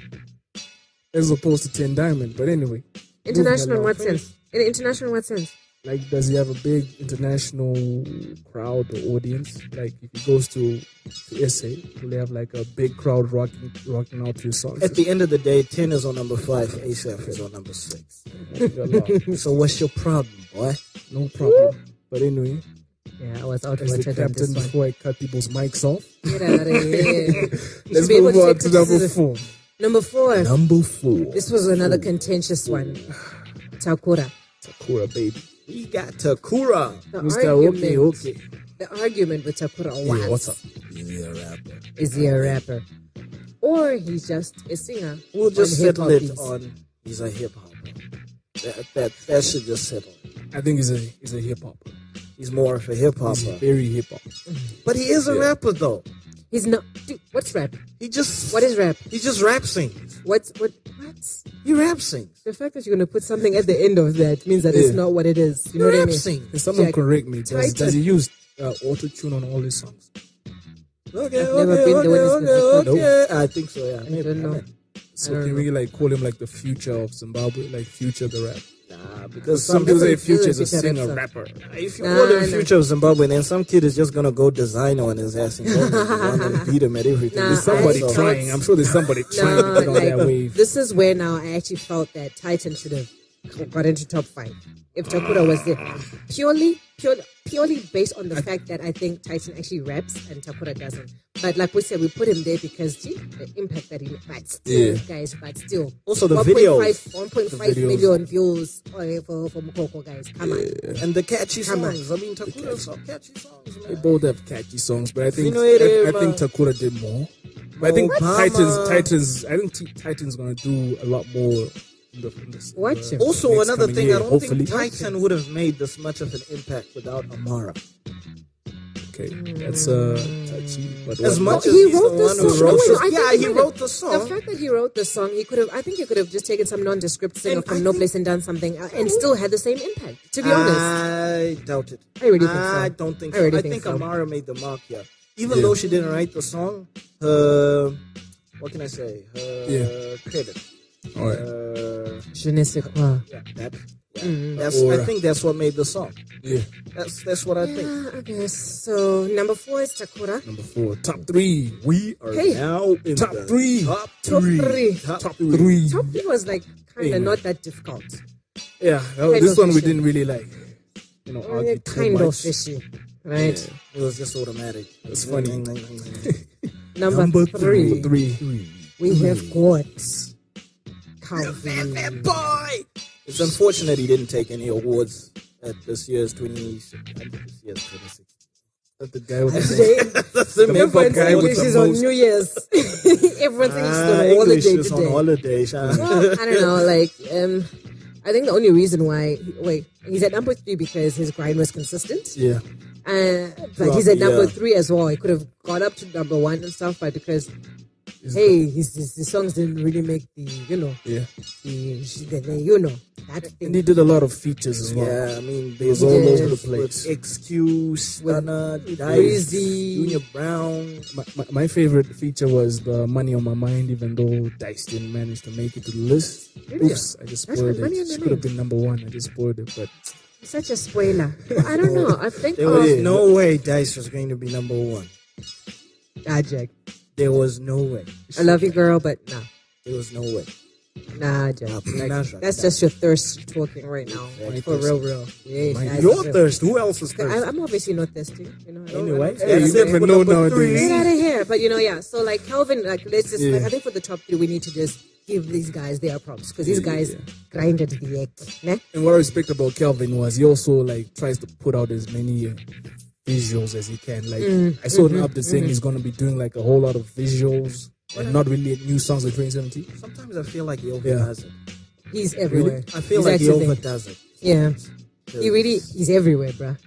Speaker 2: as opposed to Ten Diamond. But anyway,
Speaker 3: International, in
Speaker 2: along.
Speaker 3: what sense? In international, what sense?
Speaker 2: like, does he have a big international crowd or audience? Like, if he goes to, to SA, will they have like a big crowd rocking rocking out to his songs?
Speaker 4: At the end of the day, Ten is on number five, ASAP is on number six. So what's your problem, boy?
Speaker 2: no problem. But anyway,
Speaker 3: Yeah, I was out of
Speaker 2: as the
Speaker 3: water on this
Speaker 2: captain,
Speaker 3: one.
Speaker 2: before I cut people's mics off,
Speaker 3: Get out of here.
Speaker 2: let's
Speaker 3: be able
Speaker 2: move
Speaker 3: to
Speaker 2: on
Speaker 3: take
Speaker 2: to number four.
Speaker 3: criticism. Number four.
Speaker 4: Number four.
Speaker 3: This was another contentious one. Takura.
Speaker 2: Takura, baby.
Speaker 4: We got Takura.
Speaker 3: The
Speaker 2: Mr. Okay,
Speaker 3: argument,
Speaker 2: okay.
Speaker 3: The argument with Takura was,
Speaker 4: Yeah, what's up? He's a rapper.
Speaker 3: is he a rapper? Or he's just a singer?
Speaker 4: We'll just
Speaker 3: on
Speaker 4: settle
Speaker 3: hip-hop
Speaker 4: it
Speaker 3: beats?
Speaker 4: on he's a hip hop. That, that that should just settle. it.
Speaker 2: I think he's a he's a hip hop.
Speaker 4: He's more of a hip hop,
Speaker 2: He's very hip hop.
Speaker 4: but he is a rapper though.
Speaker 3: He's not. Dude, what's rap?
Speaker 4: He just
Speaker 3: What is rap?
Speaker 4: he just rap sings.
Speaker 3: What's what? What's
Speaker 4: He rap sings.
Speaker 3: the fact that you're gonna put something at the end of that means that it's
Speaker 2: Yeah.
Speaker 3: not what it is. You know
Speaker 4: He
Speaker 3: what I
Speaker 4: rap
Speaker 3: mean?
Speaker 4: sings.
Speaker 2: Can someone
Speaker 3: Jack-
Speaker 2: correct me? Does, does he use uh, auto tune on all his songs?
Speaker 4: Okay,
Speaker 3: I've never
Speaker 4: okay,
Speaker 3: been
Speaker 4: okay,
Speaker 3: the witness before.
Speaker 4: okay, okay. I think so. Yeah,
Speaker 3: I don't know.
Speaker 2: So
Speaker 3: I don't
Speaker 2: can
Speaker 3: know.
Speaker 2: we like call him like the future of Zimbabwe, like future the rap?
Speaker 4: Nah, because
Speaker 2: Some
Speaker 4: some
Speaker 2: people
Speaker 4: people
Speaker 2: say
Speaker 3: doesn't-
Speaker 2: future is
Speaker 3: doesn't
Speaker 2: a
Speaker 3: fit that
Speaker 2: singer
Speaker 3: rap
Speaker 2: rapper.
Speaker 4: If you
Speaker 3: Nah,
Speaker 4: nah, call him
Speaker 3: nah.
Speaker 4: future of Zimbabwe, then some kid is just gonna go designer on his ass and, go and run and beat him at everything.
Speaker 3: Nah,
Speaker 2: There's somebody
Speaker 3: I-
Speaker 2: trying. I'm sure there's somebody trying
Speaker 3: No,
Speaker 2: to get on that
Speaker 3: like,
Speaker 2: wave.
Speaker 3: this is where now I actually felt that Titan should have got into top five if Takura was there. Purely, purely, purely based on the fact that I think Titan actually raps and Takura doesn't. But like we said, we put him there because gee, the impact that he made. But still,
Speaker 2: Yeah.
Speaker 3: guys, but still.
Speaker 4: Also, the
Speaker 3: 1.5
Speaker 4: videos.
Speaker 3: 1.5
Speaker 2: The videos.
Speaker 3: million views uh, for, for Mukoko, guys. Come on.
Speaker 4: and the catchy
Speaker 3: Come on.
Speaker 4: songs. I mean, Takura's so catchy songs.
Speaker 2: They
Speaker 4: Man.
Speaker 2: both have catchy songs, but I think
Speaker 4: know it,
Speaker 2: I, I
Speaker 4: uh,
Speaker 2: think Takura did more. But I think
Speaker 4: Obama.
Speaker 2: Titans, Titans, I think T- Titans gonna do a lot more. In the, in this,
Speaker 3: Watch
Speaker 2: uh,
Speaker 3: him.
Speaker 4: Also,
Speaker 2: next
Speaker 4: another
Speaker 2: coming
Speaker 4: thing,
Speaker 2: year,
Speaker 4: I don't
Speaker 2: hopefully.
Speaker 4: think Titan would have made this much of an impact without Amara.
Speaker 2: Okay, that's uh, touchy. But
Speaker 4: As
Speaker 2: what-
Speaker 4: much
Speaker 3: he
Speaker 4: as he's
Speaker 3: wrote
Speaker 4: the
Speaker 3: the
Speaker 4: one
Speaker 3: song.
Speaker 4: who
Speaker 3: No,
Speaker 4: wrote
Speaker 3: I
Speaker 4: it.
Speaker 3: think
Speaker 4: Yeah,
Speaker 3: he
Speaker 4: he
Speaker 3: wrote
Speaker 4: wrote the
Speaker 3: The
Speaker 4: song.
Speaker 3: fact that he wrote the song, he could have. I think he could have just taken some nondescript singer
Speaker 4: And I
Speaker 3: from No
Speaker 4: think- Ah.
Speaker 3: Place and done something, uh, and still had the same impact. To be honest,
Speaker 4: I doubt it.
Speaker 3: I really think
Speaker 4: I
Speaker 3: so.
Speaker 4: don't think
Speaker 3: I
Speaker 4: so. I,
Speaker 3: really think
Speaker 4: think,
Speaker 3: so.
Speaker 4: Amara made the mark here. Even
Speaker 2: Yeah.
Speaker 4: though she didn't write the song, her what can I say? Her
Speaker 2: Yeah.
Speaker 4: credit.
Speaker 2: all right.
Speaker 4: Uh,
Speaker 3: Je ne sais quoi.
Speaker 4: yeah, that, yeah.
Speaker 3: Mm.
Speaker 4: That's
Speaker 2: Or-
Speaker 4: I think that's what made the song.
Speaker 2: Yeah,
Speaker 4: That's that's what I think.
Speaker 3: Yeah, okay. So number four is Takura.
Speaker 2: number four, top three.
Speaker 4: We are
Speaker 3: Hey.
Speaker 4: now in
Speaker 2: Top
Speaker 4: the
Speaker 2: three.
Speaker 4: Top
Speaker 3: Top three.
Speaker 4: Top,
Speaker 2: Top three.
Speaker 3: Top three was like kind
Speaker 2: Hey,
Speaker 3: of not that difficult.
Speaker 2: Yeah, that-
Speaker 3: Kind
Speaker 2: this
Speaker 3: of
Speaker 2: one we
Speaker 3: fishy.
Speaker 2: didn't really like. You know,
Speaker 3: Uh,
Speaker 2: argue too
Speaker 3: Kind of
Speaker 2: much.
Speaker 3: fishy, right?
Speaker 4: It was just automatic.
Speaker 2: It's funny.
Speaker 3: Number,
Speaker 2: Number
Speaker 3: three,
Speaker 2: three. three.
Speaker 3: we have got Calvin.
Speaker 4: boy. It's unfortunate he didn't take any awards at this year's 20. I think This year's 26.
Speaker 2: That's the guy with the
Speaker 3: Today,
Speaker 4: That's the main
Speaker 2: Everyone's
Speaker 4: guy with
Speaker 3: English
Speaker 4: the
Speaker 3: is on
Speaker 4: most-
Speaker 3: New Year's. Everyone's English is
Speaker 4: Ah,
Speaker 3: on
Speaker 4: English
Speaker 3: holiday
Speaker 4: is on
Speaker 3: today.
Speaker 4: holiday, Sha.
Speaker 3: well, I don't know. Like, um, I think the only reason why wait, he's at number three because his grind was consistent.
Speaker 2: Yeah,
Speaker 3: Uh, but
Speaker 4: Well,
Speaker 3: he's at number
Speaker 4: yeah.
Speaker 3: three as well. He could have got up to number one and stuff, but because
Speaker 2: Is
Speaker 3: hey, his, his, his songs didn't really make the you know
Speaker 2: yeah.
Speaker 3: the, the, the you know that
Speaker 2: And
Speaker 3: thing.
Speaker 2: he did a lot of features as well.
Speaker 4: Yeah, I mean, there's
Speaker 2: It was all
Speaker 4: all
Speaker 3: Yes.
Speaker 4: over the
Speaker 2: With
Speaker 4: place. Excuse,
Speaker 3: With
Speaker 4: Stunner, Dice,
Speaker 3: Breezy.
Speaker 4: Junior Brown.
Speaker 2: My, my, my favorite feature was the money on my mind, even though Dice didn't manage to make it to the list.
Speaker 3: Really?
Speaker 2: Oops, I just
Speaker 3: That's
Speaker 2: spoiled
Speaker 3: right, Money on
Speaker 2: it. She
Speaker 3: My
Speaker 2: could have
Speaker 3: Mind.
Speaker 2: been number one. I just spoiled it, but
Speaker 3: Such a spoiler. Well, I don't know. I think
Speaker 4: There was
Speaker 3: um,
Speaker 4: no way Dice was going to be number one.
Speaker 3: Ah, Jack.
Speaker 4: There was no way.
Speaker 3: I love you, girl, but nah,
Speaker 4: There was no way.
Speaker 3: nah, Jack.
Speaker 4: Nah,
Speaker 3: Like,
Speaker 4: nah, Jack.
Speaker 3: that's just your thirst talking right now,
Speaker 4: My
Speaker 3: for
Speaker 2: thirst.
Speaker 3: real, real. Yeah,
Speaker 2: My-
Speaker 3: that's
Speaker 4: Your
Speaker 3: real.
Speaker 4: thirst. Who else is
Speaker 3: I,
Speaker 4: thirsty?
Speaker 3: I'm obviously not thirsty, you know. I don't-
Speaker 4: Anyway,
Speaker 3: I don't-
Speaker 2: Hey,
Speaker 4: that's
Speaker 2: you
Speaker 4: it
Speaker 2: never
Speaker 4: for
Speaker 2: know
Speaker 4: number
Speaker 2: nowadays.
Speaker 3: get
Speaker 4: three.
Speaker 3: out of here. But you know, yeah. So like Calvin, like let's just.
Speaker 2: Yeah.
Speaker 3: I think for the top three, we need to just give these guys their props because these
Speaker 2: Yeah,
Speaker 3: guys
Speaker 2: yeah.
Speaker 3: grinded the egg. Nah?
Speaker 2: And what I respect about Kelvin was he also like tries to put out as many uh, visuals as he can. Like
Speaker 3: Mm,
Speaker 2: I saw
Speaker 3: mm-hmm,
Speaker 2: an update saying he's gonna be doing like a whole lot of visuals and not really new songs in 2017.
Speaker 4: Sometimes I feel like he overdoes it.
Speaker 3: He's everywhere.
Speaker 4: I feel
Speaker 3: He's
Speaker 4: like he
Speaker 3: actually-
Speaker 4: overdoes it.
Speaker 3: Yeah. He really, he's everywhere, bruh.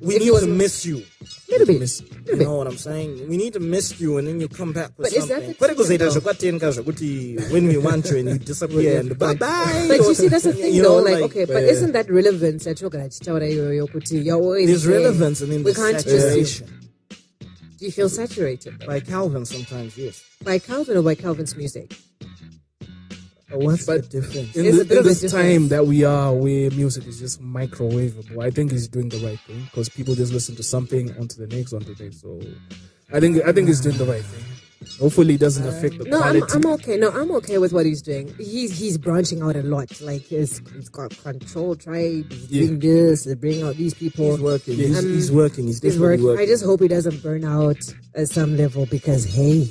Speaker 4: we
Speaker 3: if he
Speaker 4: need
Speaker 3: was-
Speaker 4: to miss you.
Speaker 3: Little bit.
Speaker 2: Miss-
Speaker 3: Little
Speaker 4: You
Speaker 3: bit.
Speaker 4: know what I'm saying? We need to miss you, and then you come back with
Speaker 3: But is that
Speaker 4: something.
Speaker 3: the
Speaker 4: Kwete kuzoita
Speaker 3: thing,
Speaker 4: zvakatendeka zvokuti when we want you and you disappear and bye bye.
Speaker 3: But you see, that's the thing,
Speaker 4: You
Speaker 3: though.
Speaker 4: know,
Speaker 3: Like, okay, but
Speaker 4: uh,
Speaker 3: isn't that relevant? That you're gonna tell that you're- you're put- you're always
Speaker 4: there's
Speaker 3: there.
Speaker 4: relevance and then
Speaker 3: We
Speaker 4: the
Speaker 3: can't just see.
Speaker 4: saturation.
Speaker 3: Do you feel saturated though?
Speaker 4: uh, by Calvin sometimes yes.
Speaker 3: by Calvin or by Calvin's music?
Speaker 4: What's the difference?
Speaker 2: in,
Speaker 3: There's a
Speaker 2: the,
Speaker 3: bit
Speaker 2: in
Speaker 3: of a
Speaker 2: this
Speaker 3: difference.
Speaker 2: time that we are where music is just microwavable i think he's doing the right thing because people just listen to something onto the next onto the next so i think i think he's doing the right thing hopefully it doesn't affect the
Speaker 3: No,
Speaker 2: quality
Speaker 3: I'm, I'm okay. No, I'm okay with what he's doing. He's he's branching out a lot. Like he's, he's got control tribe. He's
Speaker 2: Yeah.
Speaker 3: doing this. He's bringing out these people.
Speaker 4: He's working. He's,
Speaker 3: Um,
Speaker 4: he's working. He's
Speaker 3: He's
Speaker 4: definitely
Speaker 3: working.
Speaker 4: working.
Speaker 3: I just hope he doesn't burn out at some level because hey,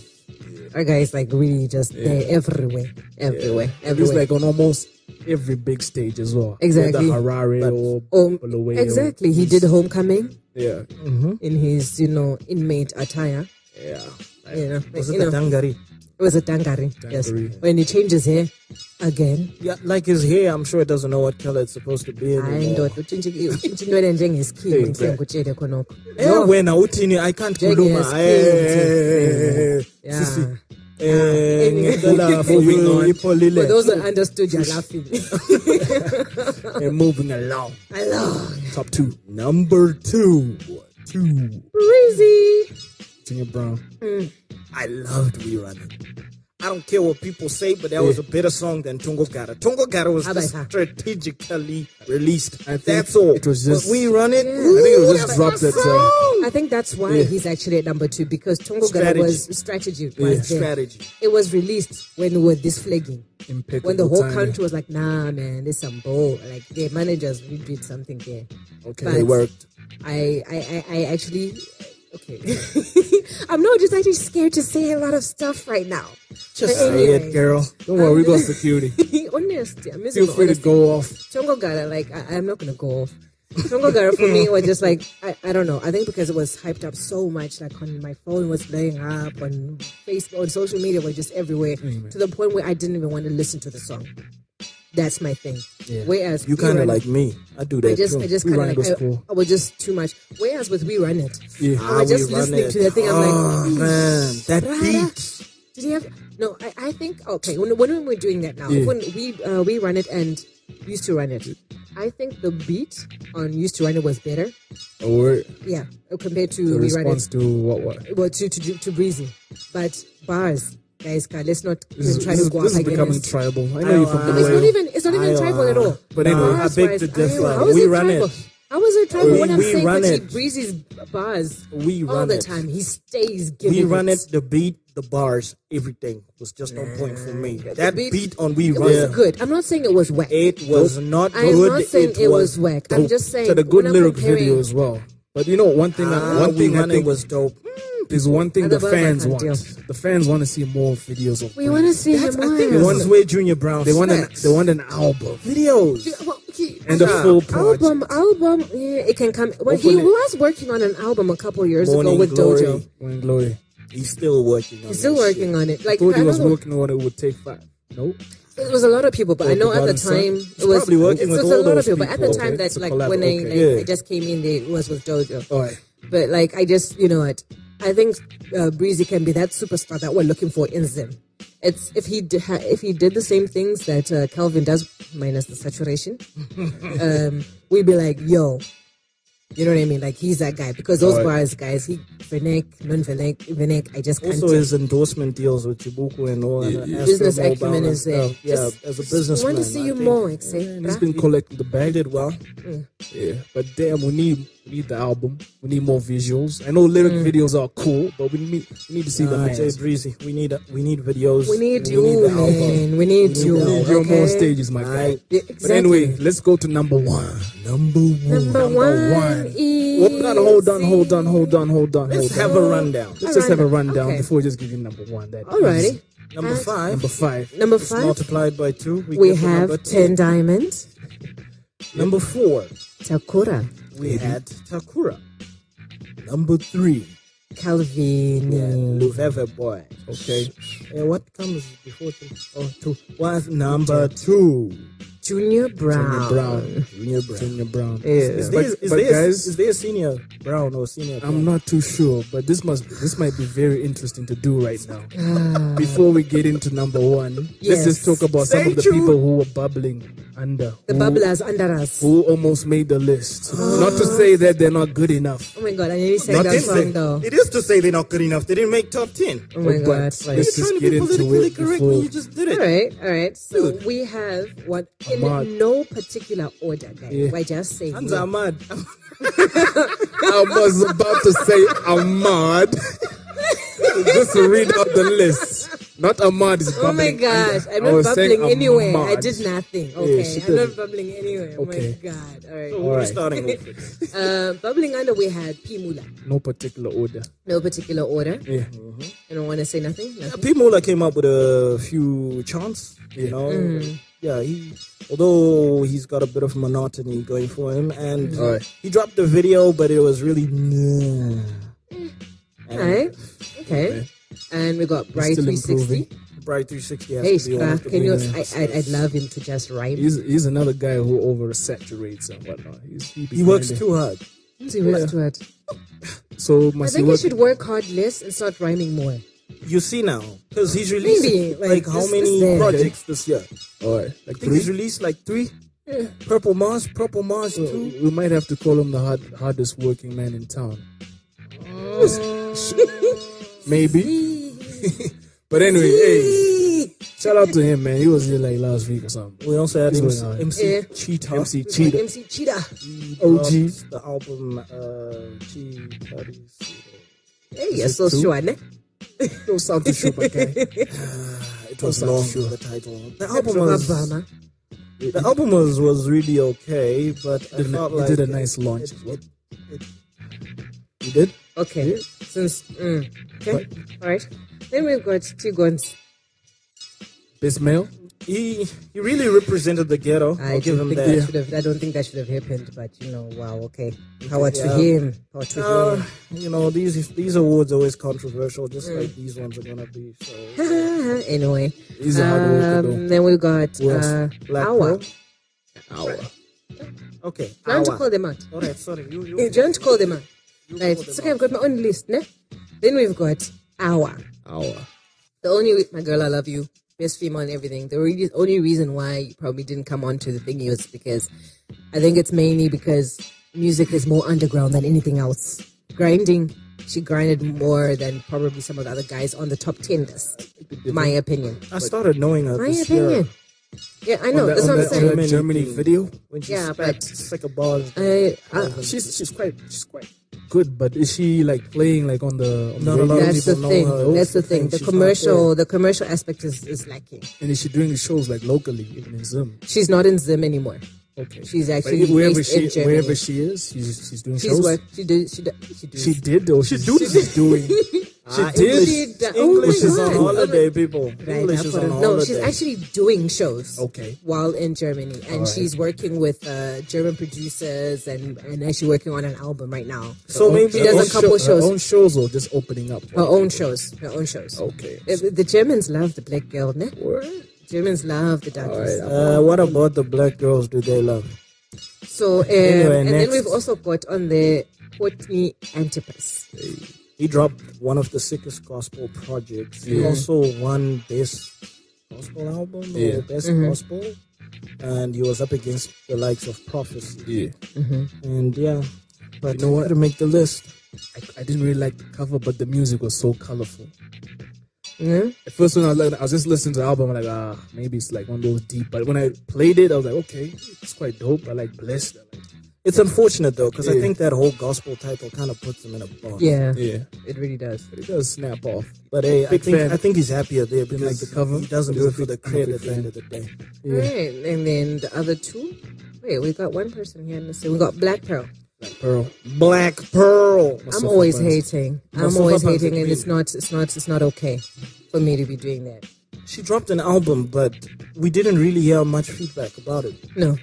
Speaker 3: our guy's like really just there everywhere, everywhere,
Speaker 2: He's
Speaker 3: everywhere.
Speaker 2: like on almost every big stage as well.
Speaker 3: Exactly.
Speaker 2: Whether Harare or
Speaker 3: Um,
Speaker 2: Bulawayo.
Speaker 3: exactly. He did homecoming
Speaker 2: Yeah.
Speaker 3: in his you know inmate attire.
Speaker 2: Yeah.
Speaker 3: You know,
Speaker 4: Was
Speaker 3: you
Speaker 4: it
Speaker 3: know.
Speaker 4: the dangari?
Speaker 3: It was a dangari, yes.
Speaker 2: Dangari.
Speaker 3: When he changes hair again,
Speaker 4: Yeah, like his hair, I'm sure it doesn't know what color it's supposed to be
Speaker 3: hayi
Speaker 4: anymore.
Speaker 3: ndoda utshintshe- utshintshinwele njengeskin
Speaker 4: Exactly.
Speaker 3: ndikutshele khonoko
Speaker 4: Eh, wena uthini? I can't eh,
Speaker 3: Jake
Speaker 4: kuluma.
Speaker 3: has
Speaker 2: Eh,
Speaker 4: Eh,
Speaker 3: Yeah.
Speaker 4: sisi.
Speaker 3: Yeah.
Speaker 4: Eh, ngicela for
Speaker 2: Moving
Speaker 4: you,
Speaker 2: on.
Speaker 3: for
Speaker 4: ipholile.
Speaker 3: those that understood you're laughing
Speaker 4: Eh, Moving along.
Speaker 3: hello
Speaker 4: Top two. Number two.
Speaker 2: Two.
Speaker 3: breezy
Speaker 2: Junior Brown.
Speaker 4: I loved We Running. I don't care what people say, but that was a better song than Tungo Gara. Tungo Gara was
Speaker 3: How
Speaker 4: just
Speaker 3: about that?
Speaker 4: strategically released.
Speaker 2: I think
Speaker 4: That's all.
Speaker 2: it was
Speaker 4: But
Speaker 2: just-
Speaker 4: We Run It.
Speaker 2: I think it was
Speaker 4: ooh,
Speaker 2: just
Speaker 4: that's
Speaker 2: dropped
Speaker 4: my
Speaker 2: that, uh,
Speaker 4: song.
Speaker 3: I think that's why he's actually at number two because Tongo
Speaker 4: Strategy.
Speaker 3: was strategy. Was there.
Speaker 4: Strategy.
Speaker 3: It was released when we were this flagging.
Speaker 2: Impeccable.
Speaker 3: When the whole
Speaker 2: timing.
Speaker 3: country was like, nah, man, this some bull. Like, their managers, we did something there.
Speaker 2: Okay.
Speaker 3: But-
Speaker 4: They worked.
Speaker 3: I, I, I, I actually, okay. I'm not just actually scared to say a lot of stuff right now.
Speaker 4: Just
Speaker 3: But
Speaker 4: say
Speaker 3: anyway.
Speaker 4: it, girl.
Speaker 2: Don't worry, we got security.
Speaker 3: Honestly, I'm using
Speaker 2: Feel
Speaker 3: my
Speaker 2: free to
Speaker 3: honesty.
Speaker 2: go off.
Speaker 3: Tongo Gara, like, I, I'm not going to go off. Tongo Gara for me was just like, I, I don't know. I think because it was hyped up so much, like on my phone was blowing up, on Facebook, on social media was just everywhere
Speaker 2: Mm-hmm.
Speaker 3: to the point where I didn't even want to listen to the song. That's my thing. Whereas
Speaker 4: You
Speaker 3: We
Speaker 4: kind
Speaker 3: Run-
Speaker 4: of like me. I do that
Speaker 3: I just,
Speaker 4: too.
Speaker 3: I just
Speaker 2: We
Speaker 3: kind
Speaker 2: Run It
Speaker 3: of
Speaker 2: was
Speaker 3: like, uh, I,
Speaker 2: cool.
Speaker 3: I was just too much. Whereas with We Run It,
Speaker 2: Yeah. Ah,
Speaker 3: I was just listening to that thing. I'm
Speaker 4: oh,
Speaker 3: like,
Speaker 4: man, that
Speaker 3: Rada.
Speaker 4: beat.
Speaker 3: did he have? No, I, I think okay. When, when we're doing that now,
Speaker 2: Yeah.
Speaker 3: when we uh, we run it and used to run it, I think the beat on used to run it was better.
Speaker 2: Or
Speaker 3: Yeah, uh, compared to
Speaker 2: Oh, the
Speaker 3: we run
Speaker 2: response
Speaker 3: it,
Speaker 2: to what what
Speaker 3: well, to, to to breezy, but bars, guys, guys, let's not
Speaker 2: this is,
Speaker 3: try
Speaker 2: this is,
Speaker 3: to go
Speaker 2: this is
Speaker 3: up
Speaker 2: becoming
Speaker 3: against.
Speaker 2: tribal. I know you're from
Speaker 4: I-
Speaker 2: the
Speaker 3: It's Oh, not
Speaker 2: way.
Speaker 3: even it's not even
Speaker 4: I,
Speaker 3: tribal at
Speaker 4: uh,
Speaker 3: all.
Speaker 2: but anyway,
Speaker 4: I beg
Speaker 3: Bars-wise, I-
Speaker 4: to differ.
Speaker 3: How is
Speaker 4: We
Speaker 3: it
Speaker 4: run
Speaker 3: tribal?
Speaker 4: it.
Speaker 3: How is it tribal?
Speaker 4: We-
Speaker 3: What I'm
Speaker 4: we
Speaker 3: saying
Speaker 4: run
Speaker 3: is
Speaker 4: it.
Speaker 3: breezy's bars
Speaker 4: We
Speaker 3: all
Speaker 4: run
Speaker 3: the
Speaker 4: it.
Speaker 3: time. He stays giving.
Speaker 4: We run it. The beat, the bars, everything was just on point for me. That
Speaker 3: beat-
Speaker 4: beat, on We
Speaker 3: It
Speaker 4: Run
Speaker 3: was
Speaker 4: It.
Speaker 3: good. I'm not saying it was whack.
Speaker 4: It was not
Speaker 3: I am
Speaker 4: good.
Speaker 3: not saying it, was whack. I'm
Speaker 2: dope.
Speaker 3: just saying
Speaker 2: So Oh, the
Speaker 3: when
Speaker 2: good
Speaker 3: I'm
Speaker 2: lyric
Speaker 3: comparing-
Speaker 2: video as well. But you know one thing, I,
Speaker 4: Ah,
Speaker 2: one
Speaker 4: we
Speaker 2: thing I
Speaker 4: run it
Speaker 2: think
Speaker 4: was dope.
Speaker 2: is one thing the
Speaker 3: Otherwise, I
Speaker 2: fans
Speaker 3: can't
Speaker 2: want.
Speaker 3: deal.
Speaker 2: The fans want to see more videos of.
Speaker 3: We want to see him
Speaker 4: I think
Speaker 3: more.
Speaker 4: this is where Junior Brown.
Speaker 2: They want an,
Speaker 4: snacks.
Speaker 2: they want an album.
Speaker 4: videos.
Speaker 3: Yeah, well, he-
Speaker 2: And the
Speaker 3: yeah.
Speaker 2: full project.
Speaker 3: album, album, yeah, it can come. Well, he
Speaker 2: Hopefully-
Speaker 3: was working on an album a couple years
Speaker 4: Morning
Speaker 3: ago with
Speaker 4: Glory.
Speaker 3: Dojo.
Speaker 2: Morning Glory.
Speaker 4: He's still working. on
Speaker 3: He's still
Speaker 4: that shit.
Speaker 3: working on it. Like
Speaker 2: Thought
Speaker 3: I
Speaker 2: he was
Speaker 3: know
Speaker 2: working on it would take five. Nope.
Speaker 3: it was a lot of people, but I know at the
Speaker 2: Forgotten Son.
Speaker 3: time
Speaker 4: He's
Speaker 3: it was
Speaker 4: probably working
Speaker 3: it's
Speaker 4: with
Speaker 3: just a
Speaker 4: all
Speaker 3: lot
Speaker 4: those
Speaker 3: of people. But at the
Speaker 4: people.
Speaker 3: time
Speaker 2: Okay,
Speaker 3: that
Speaker 2: it's a
Speaker 3: like
Speaker 2: collab,
Speaker 3: when I
Speaker 2: okay.
Speaker 3: like,
Speaker 4: Yeah.
Speaker 3: I just came in, there, it was with Dojo.
Speaker 2: All right.
Speaker 3: But like, I just, you know what? I think uh, Breezy can be that superstar that we're looking for in Zim. It's if he d- ha- if he did the same things that uh, Calvin does, minus the saturation, um, we'd be like, yo, you know what I mean? Like he's that guy because those
Speaker 2: Alright.
Speaker 3: bars, guys, he Vanek, non Vanek, Vanek. I just can't.
Speaker 4: Also,
Speaker 3: do-
Speaker 4: his endorsement deals with Chibuku and all that. Astro
Speaker 3: business
Speaker 4: Mobile
Speaker 3: acumen
Speaker 4: and
Speaker 3: is there.
Speaker 4: stuff. Yeah,
Speaker 3: Just-
Speaker 4: as a
Speaker 3: just
Speaker 4: businessman.
Speaker 3: want to see
Speaker 4: I
Speaker 3: you
Speaker 4: think
Speaker 3: more. It's a-
Speaker 2: And he's been collecting the
Speaker 4: He
Speaker 2: bag.
Speaker 4: did well.
Speaker 2: Yeah, but damn, we need we need the album. We need more visuals. I know lyric
Speaker 3: Mm.
Speaker 2: videos are cool, but we need we need to see the
Speaker 4: Uh, Jay
Speaker 2: fans.
Speaker 4: Breezy, we need we need videos.
Speaker 3: we need
Speaker 4: We
Speaker 3: you,
Speaker 4: the album.
Speaker 3: man. We need you.
Speaker 2: We need your
Speaker 3: okay?
Speaker 2: more stages, my guy.
Speaker 4: Right.
Speaker 3: Yeah,
Speaker 2: But
Speaker 3: exactly.
Speaker 2: anyway, let's go to number one.
Speaker 4: Number one.
Speaker 3: number,
Speaker 2: number
Speaker 3: one.
Speaker 2: one.
Speaker 3: is-
Speaker 2: Hold on, hold on, hold on, hold on, hold on.
Speaker 4: Let's
Speaker 2: hold on.
Speaker 4: have a rundown.
Speaker 2: Let's just have a rundown
Speaker 3: Okay.
Speaker 2: before we just give you number one. That is
Speaker 3: Alrighty.
Speaker 4: Number
Speaker 3: Uh,
Speaker 4: five.
Speaker 2: number five.
Speaker 3: Number
Speaker 4: It's
Speaker 3: five.
Speaker 4: multiplied by two. We,
Speaker 3: we
Speaker 4: get the number
Speaker 3: have
Speaker 4: two.
Speaker 3: Ten Diamond,
Speaker 4: Number four.
Speaker 3: Takura,
Speaker 4: We had Takura. Number three.
Speaker 3: Calvin.
Speaker 4: Yeah, Luveve boy.
Speaker 2: Okay.
Speaker 4: And what comes before three? Oh, two. Was number two.
Speaker 3: Junior Brown.
Speaker 2: Junior Brown.
Speaker 4: Junior Brown.
Speaker 2: Junior Brown.
Speaker 4: Yeah. Is there,
Speaker 2: But-
Speaker 4: is,
Speaker 2: but
Speaker 4: there,
Speaker 2: guys-
Speaker 4: is there senior Brown or senior?
Speaker 2: I'm not too sure, but this must this might be very interesting to do right now. Before we get into number one, let's just
Speaker 3: Yes.
Speaker 2: talk about some
Speaker 4: Stay
Speaker 2: of the
Speaker 4: tuned.
Speaker 2: people who were bubbling under
Speaker 3: The
Speaker 2: who,
Speaker 3: bubblers under us.
Speaker 2: who almost made the list. Not to say that they're not good enough,
Speaker 3: Oh my god, I nearly sang
Speaker 4: Not
Speaker 3: that
Speaker 4: this
Speaker 3: song
Speaker 4: thing.
Speaker 3: though.
Speaker 4: It is to say they're not good enough. They didn't make top ten.
Speaker 3: Oh my
Speaker 2: but
Speaker 3: god. Like,
Speaker 2: this- Let's just
Speaker 4: You're trying
Speaker 2: get
Speaker 4: to be
Speaker 2: into
Speaker 4: politically
Speaker 2: it
Speaker 4: correct
Speaker 2: before-
Speaker 4: when you just did
Speaker 3: all
Speaker 4: it.
Speaker 3: right, all right. So
Speaker 4: Dude.
Speaker 3: we have what in
Speaker 2: Ahmad.
Speaker 3: no particular order, guys.
Speaker 2: Yeah.
Speaker 3: We're just saying.
Speaker 4: Hands are mad.
Speaker 2: I was about to say Ahmad. Just to read out the list. Not Ahmad is
Speaker 3: Oh my
Speaker 2: bubbling.
Speaker 3: gosh, I'm
Speaker 2: I
Speaker 3: not
Speaker 2: was saying
Speaker 3: bubbling anywhere. I
Speaker 2: Ahmad.
Speaker 3: did nothing. Okay,
Speaker 2: she
Speaker 3: I'm
Speaker 2: didn't.
Speaker 3: not bubbling anywhere. Oh
Speaker 2: Okay.
Speaker 3: my god. All right.
Speaker 4: We're
Speaker 2: right.
Speaker 4: starting with it.
Speaker 3: Uh, bubbling under, we had P. Mula.
Speaker 2: No particular order.
Speaker 3: No particular order.
Speaker 2: Yeah.
Speaker 3: I don't want to say nothing. nothing.
Speaker 4: Pete Muller came up with a few chants, you know.
Speaker 2: Mm.
Speaker 4: Yeah, he although he's got a bit of monotony going for him, and
Speaker 2: Alright.
Speaker 4: he dropped the video, but it was really. meh.
Speaker 3: All right. Okay. And we got Bright
Speaker 2: still
Speaker 3: 360.
Speaker 2: improving.
Speaker 4: Bright 360 has
Speaker 3: Hey,
Speaker 4: to be one of
Speaker 3: Scrap,
Speaker 4: the
Speaker 3: can you?
Speaker 4: winners.
Speaker 3: I, I, I'd love him to just rhyme.
Speaker 2: He's, he's another guy who oversaturates and whatnot. He's, he be
Speaker 4: He works
Speaker 2: grinding.
Speaker 4: too hard.
Speaker 3: He works too hard.
Speaker 2: So
Speaker 3: I
Speaker 2: Masiwa,
Speaker 3: think he should work hard less and start rhyming more.
Speaker 4: You see now, because he's releasing
Speaker 3: Maybe,
Speaker 4: like,
Speaker 3: like,
Speaker 4: how
Speaker 3: this-
Speaker 4: many
Speaker 3: this there.
Speaker 4: projects this year?
Speaker 2: all right, oh, like
Speaker 4: I think he's
Speaker 2: three- Oh.
Speaker 4: released like three. Purple Mars, Purple Mars two.
Speaker 2: we might have to call him the hard, hardest working man in town.
Speaker 3: Oh.
Speaker 2: Maybe. but anyway, hey, shout out to him, man. He was here like last week or something.
Speaker 4: We also had
Speaker 2: He's
Speaker 4: MC,
Speaker 2: going on.
Speaker 4: MC
Speaker 3: Yeah.
Speaker 4: Cheetah.
Speaker 2: MC
Speaker 3: It's like
Speaker 2: uh, Cheetah,
Speaker 3: MC Cheetah.
Speaker 2: OG.
Speaker 4: dropped The album uh, Cheetah.
Speaker 3: Hey, you're so
Speaker 2: two?
Speaker 3: sure, ne?
Speaker 2: Don't sound too sure, my guy.
Speaker 4: It was
Speaker 2: Not
Speaker 4: long.
Speaker 2: sure.
Speaker 4: The title. The
Speaker 3: From
Speaker 4: album was
Speaker 3: Obama.
Speaker 4: the album was, was really okay, but I
Speaker 2: Did a-
Speaker 4: felt
Speaker 2: he
Speaker 4: like
Speaker 2: did a
Speaker 4: it-
Speaker 2: nice launch
Speaker 4: it-
Speaker 2: as well.
Speaker 4: it- it- You did?
Speaker 3: Okay. Since. Mm, okay. All right. Then we've got two guns.
Speaker 2: Best male.
Speaker 4: He he really represented the ghetto.
Speaker 3: I
Speaker 4: I will
Speaker 3: don't
Speaker 4: give him
Speaker 3: think
Speaker 4: that.
Speaker 3: that should have. I don't think that should have happened. But you know, wow. Okay. Power to
Speaker 4: Yeah.
Speaker 3: him. Power to
Speaker 4: Uh,
Speaker 3: him.
Speaker 4: you know these these awards are always controversial, just like these ones are gonna be. So
Speaker 3: anyway.
Speaker 2: He's a hard worker,
Speaker 3: Um, then we got
Speaker 2: Who else?
Speaker 3: uh,
Speaker 4: Black
Speaker 3: Awa.
Speaker 4: Pearl?
Speaker 2: Hour.
Speaker 4: Okay.
Speaker 3: Do you want to
Speaker 4: Awa.
Speaker 3: call them out?
Speaker 4: All right, sorry. You you.
Speaker 3: Do you want to call them out? Right.
Speaker 4: call them
Speaker 3: It's okay. I've got my own list, ne? Then we've got Awa.
Speaker 2: Hour.
Speaker 3: The only re- my girl, I love you, best female and everything. The re- only reason why you probably didn't come on to the thing is because I think it's mainly because music is more underground than anything else. Grinding, she grinded more than probably some of the other guys on the top ten list. My opinion.
Speaker 4: I started knowing her.
Speaker 3: My
Speaker 4: this
Speaker 3: opinion.
Speaker 4: Year
Speaker 3: Yeah, I
Speaker 2: on
Speaker 3: know. That's
Speaker 2: that, on
Speaker 3: what I'm
Speaker 2: that, on
Speaker 3: saying.
Speaker 2: that Germany video.
Speaker 4: when she
Speaker 3: Yeah,
Speaker 4: spat
Speaker 3: but- uh,
Speaker 4: sick of bars.
Speaker 3: I, I,
Speaker 2: She's she's quite she's quite good, but is she like playing like on the on the
Speaker 4: Not a lot
Speaker 2: radio?
Speaker 4: of
Speaker 3: that's the
Speaker 4: people know
Speaker 3: thing.
Speaker 4: her.
Speaker 3: That's the thing.
Speaker 4: She's
Speaker 3: The
Speaker 4: not
Speaker 3: commercial, the commercial aspect is, is lacking.
Speaker 2: And is she doing shows like locally, even in Zim?
Speaker 3: She's not in Zim anymore.
Speaker 2: Okay.
Speaker 3: She's
Speaker 2: But
Speaker 3: actually
Speaker 2: wherever
Speaker 3: based
Speaker 2: she
Speaker 3: in Germany.
Speaker 2: wherever she is, she's she's doing
Speaker 3: she's
Speaker 2: shows.
Speaker 3: work. She did. She did. She did.
Speaker 2: She did or she's, she's doing. She
Speaker 4: Ah,
Speaker 2: did.
Speaker 3: English.
Speaker 4: English,
Speaker 3: Oh my
Speaker 4: English is on
Speaker 3: God.
Speaker 4: holiday, people.
Speaker 3: Right,
Speaker 4: English
Speaker 3: that's
Speaker 4: is
Speaker 3: what
Speaker 4: on
Speaker 3: I'm-
Speaker 4: holiday.
Speaker 3: No, she's actually doing shows.
Speaker 2: Okay.
Speaker 3: While in Germany, and she's working with uh, German producers, and and actually working on an album right now.
Speaker 4: So maybe
Speaker 3: she does
Speaker 2: Her
Speaker 3: a
Speaker 2: own
Speaker 3: couple
Speaker 2: show- her
Speaker 3: shows.
Speaker 2: own shows Oh. or just opening up.
Speaker 3: Her own shows. Her own shows.
Speaker 2: Okay.
Speaker 3: Uh, The Germans love the black girl, ne?
Speaker 2: Word.
Speaker 3: Germans love the darkies.
Speaker 4: Uh, what about the black girls? Do they love?
Speaker 3: So, um,
Speaker 4: Anyway,
Speaker 3: and
Speaker 4: next.
Speaker 3: then we've also got on the Courtney Antipas.
Speaker 4: He dropped one of the sickest gospel projects. He
Speaker 2: Yeah.
Speaker 4: also won best gospel album
Speaker 2: Yeah.
Speaker 4: or best gospel, and he was up against the likes of Prophecy.
Speaker 2: Yeah.
Speaker 4: And yeah, but
Speaker 2: You know what?
Speaker 4: To make the list,
Speaker 2: I, I didn't really like the cover, but the music was so colorful.
Speaker 3: Yeah.
Speaker 2: At first, when I was, like, I was just listening to the album, I'm like, ah, maybe it's like one of those deep. But when I played it, I was like, okay, it's quite dope. I like blessed. I like,
Speaker 4: it's unfortunate though because I
Speaker 2: Yeah.
Speaker 4: think that whole gospel title kind of puts him in a box.
Speaker 3: yeah,
Speaker 2: yeah.
Speaker 3: it really does.
Speaker 2: But it does snap off.
Speaker 4: But hey, I
Speaker 2: Big
Speaker 4: think
Speaker 2: fan.
Speaker 4: I think he's happier there because
Speaker 2: like the cover?
Speaker 4: he doesn't do it for the
Speaker 2: I'm a
Speaker 4: credit
Speaker 2: big
Speaker 4: at the end
Speaker 2: fan.
Speaker 4: of the day.
Speaker 3: Right, and then the other two. Wait, we got one person here. Let's see. We got Black Pearl.
Speaker 2: Like Pearl.
Speaker 4: Black Pearl.
Speaker 3: I'm always
Speaker 2: Buns.
Speaker 3: hating. I'm
Speaker 4: Mustafa
Speaker 3: always
Speaker 4: Buns
Speaker 3: hating,
Speaker 4: is
Speaker 3: and it's
Speaker 4: amazing.
Speaker 3: not, it's not, it's not okay for me to be doing that.
Speaker 4: She dropped an album, but we didn't really hear much feedback about it.
Speaker 3: No,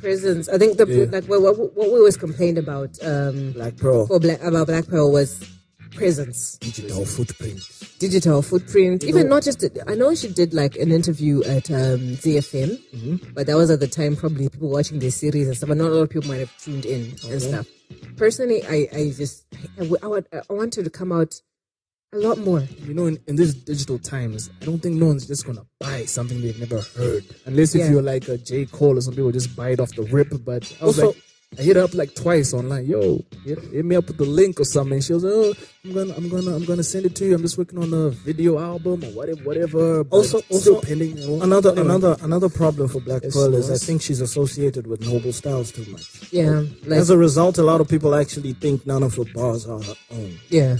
Speaker 3: prisons. I think the
Speaker 2: Yeah.
Speaker 3: like what, what, what we always complained about um,
Speaker 4: Black Pearl.
Speaker 3: for black about Black Pearl was presence,
Speaker 4: Digital footprints.
Speaker 3: digital footprint.
Speaker 4: You
Speaker 3: Even
Speaker 4: know-
Speaker 3: not just, I know she did like an interview at um, ZFM,
Speaker 2: Mm-hmm.
Speaker 3: but that was at the time probably people watching the series and stuff. But not a lot of people might have tuned in and stuff. Personally, I, I just, I, w- I would, I wanted to come out a lot more.
Speaker 2: You know, in, in this digital times, I don't think no one's just gonna buy something they've never heard, unless if
Speaker 3: Yeah.
Speaker 2: you're like a J Cole or some people just buy it off the rip. But I was
Speaker 4: Also-
Speaker 2: like, I hit her up like twice online. Yo, hit, hit me up with the link or something. She was like, oh, I'm gonna, I'm gonna, I'm gonna send it to you. I'm just working on a video album or whatever, whatever. but
Speaker 4: Also-
Speaker 2: still
Speaker 4: also,
Speaker 2: pending. you know.
Speaker 4: Another
Speaker 2: Anyway.
Speaker 4: another another problem for Black
Speaker 2: Yes,
Speaker 4: Pearl is I
Speaker 2: yes.
Speaker 4: think she's associated with Noble Styles too much.
Speaker 2: Oh.
Speaker 3: Yeah. Like,
Speaker 4: As a result, a lot of people actually think none of her bars are her own.
Speaker 3: yeah.